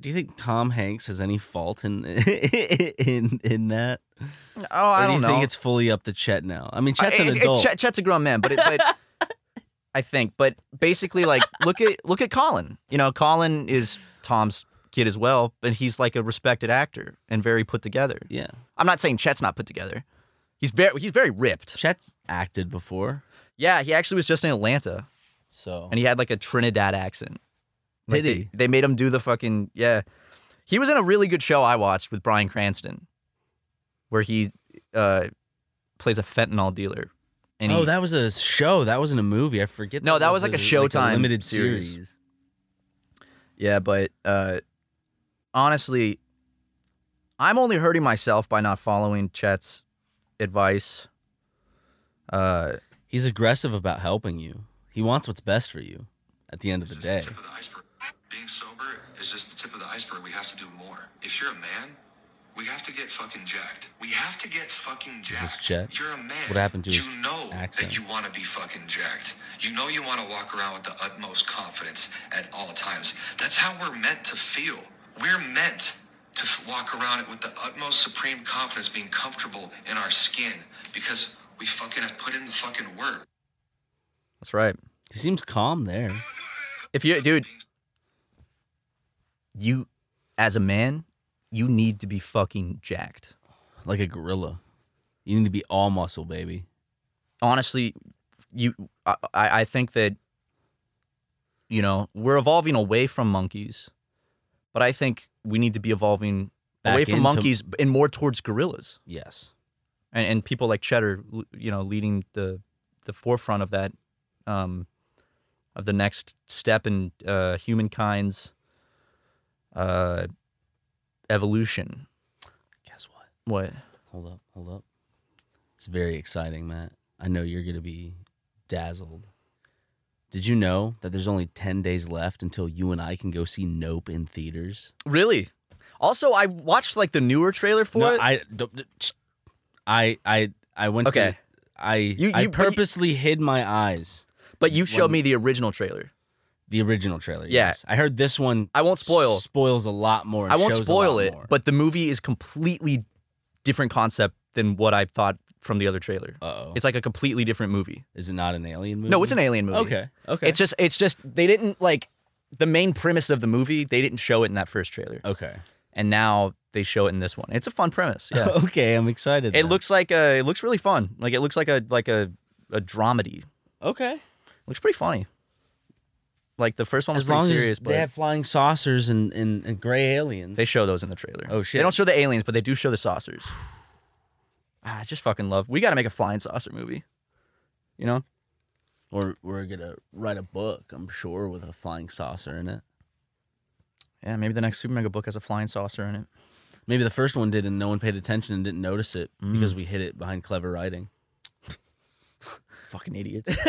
S1: Do you think Tom Hanks has any fault in [laughs] in in that?
S2: Oh,
S1: Or
S2: I
S1: do
S2: don't
S1: you
S2: know.
S1: think it's fully up to Chet now? I mean, Chet's an
S2: It- it-
S1: adult.
S2: Chet- Chet's a grown man, but it, but [laughs] I think, but basically, like, look at look at Colin. You know, Colin is Tom's kid as well, but he's like a respected actor and very put together.
S1: yeah,
S2: I'm not saying Chet's not put together. He's very he's very ripped.
S1: Chet's acted before,
S2: Yeah, he actually was just in Atlanta,
S1: so
S2: and he had like a Trinidad accent. Like,
S1: Did he?
S2: They, they made him do the fucking yeah. He was in a really good show I watched with Brian Cranston, where he uh, plays a fentanyl dealer. And
S1: oh,
S2: he-
S1: that was a show. That wasn't a movie. I forget.
S2: No, that was like a Showtime
S1: limited
S2: series.
S1: series.
S2: yeah, but uh, honestly, I'm only hurting myself by not following Chet's advice. Uh,
S1: He's aggressive about helping you. He wants what's best for you. At the end of the day,
S5: tip of the iceberg. Being sober is just the tip of the iceberg. We have to do more. If you're a man, we have to get fucking jacked. We have to get fucking jacked.
S1: this Chet?
S5: You're a man.
S1: What happened to
S5: you
S1: his
S5: know
S1: accent?
S5: that you want to be fucking jacked. You know you want to walk around with the utmost confidence at all times. That's how we're meant to feel. We're meant to f- walk around with the utmost supreme confidence, being comfortable in our skin because we fucking have put in the fucking work.
S2: that's right.
S1: he seems calm there.
S2: If you, dude, you as a man, you need to be fucking jacked.
S1: like a gorilla. You need to be all muscle, baby.
S2: honestly, you, I, I I think that, you know, we're evolving away from monkeys, but I think we need to be evolving
S1: Back
S2: away from
S1: into-
S2: monkeys and more towards gorillas
S1: Yes.
S2: and, and people like Cheddar, you know, leading the the forefront of that, um, of the next step in uh, humankind's uh, evolution.
S1: Guess what?
S2: What?
S1: Hold up, hold up. It's very exciting, Matt. I know you're gonna be dazzled. Did you know that there's only ten days left until you and I can go see Nope in theaters?
S2: Really? Also, I watched like the newer trailer for
S1: No,
S2: it.
S1: I, don't- I, I, I went.
S2: Okay.
S1: To, I,
S2: You-
S1: I
S2: you- but you-
S1: purposely hid my eyes.
S2: But you showed
S1: When-
S2: me the original trailer.
S1: The original trailer.
S2: Yeah.
S1: Yes. I heard this one.
S2: I won't spoil.
S1: Spoils a lot more. and
S2: I won't
S1: shows a
S2: spoil
S1: lot
S2: it,
S1: more.
S2: but the movie is completely different concept than what I thought from the other trailer.
S1: Uh-oh.
S2: It's like a completely different movie.
S1: is it not an alien movie?
S2: No, it's an alien movie.
S1: Okay. Okay.
S2: It's just it's just they didn't like the main premise of the movie, they didn't show it in that first trailer.
S1: okay.
S2: And now they show it in this one. It's a fun premise.
S1: [laughs]
S2: Yeah.
S1: okay, I'm excited.
S2: it
S1: then.
S2: looks like a it looks really fun. Like it looks like a like a a dramedy.
S1: okay.
S2: looks pretty funny. Like the first one was
S1: As
S2: pretty
S1: long
S2: serious,
S1: as
S2: but
S1: they have flying saucers and, and, and gray aliens,
S2: They show those in the trailer.
S1: Oh, shit.
S2: They don't show the aliens, but they do [sighs] show the saucers. Ah, I just fucking love. We got to make a flying saucer movie. you know?
S6: Or we're gonna write a book, I'm sure, with a flying saucer in it.
S2: Yeah, maybe the next Super Mega book has a flying saucer in it.
S6: Maybe the first one did, and no one paid attention and didn't notice it
S2: Mm.
S6: because we hid it behind clever writing.
S2: Fucking idiots. [laughs]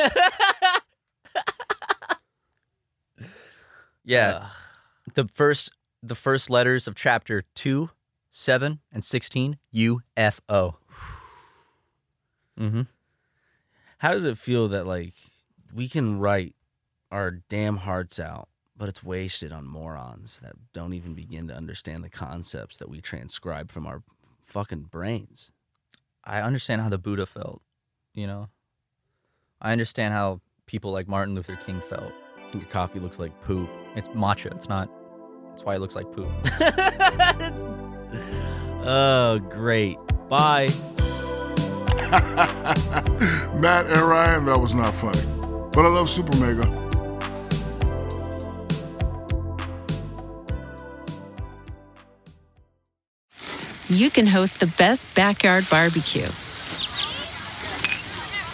S2: yeah. the first the first letters of chapter 2, 7 and 16 UFO. Mhm.
S1: How does it feel that like we can write our damn hearts out, but it's wasted on morons that don't even begin to understand the concepts that we transcribe from our fucking brains?
S2: I understand how the Buddha felt, you know. I understand how people like Martin Luther King felt.
S6: Your coffee looks like poop.
S2: It's matcha, it's not that's why it looks like poop.
S6: [laughs] Oh, great. Bye.
S7: Matt and Ryan, that was not funny. But I love Super Mega.
S3: You can host the best backyard barbecue.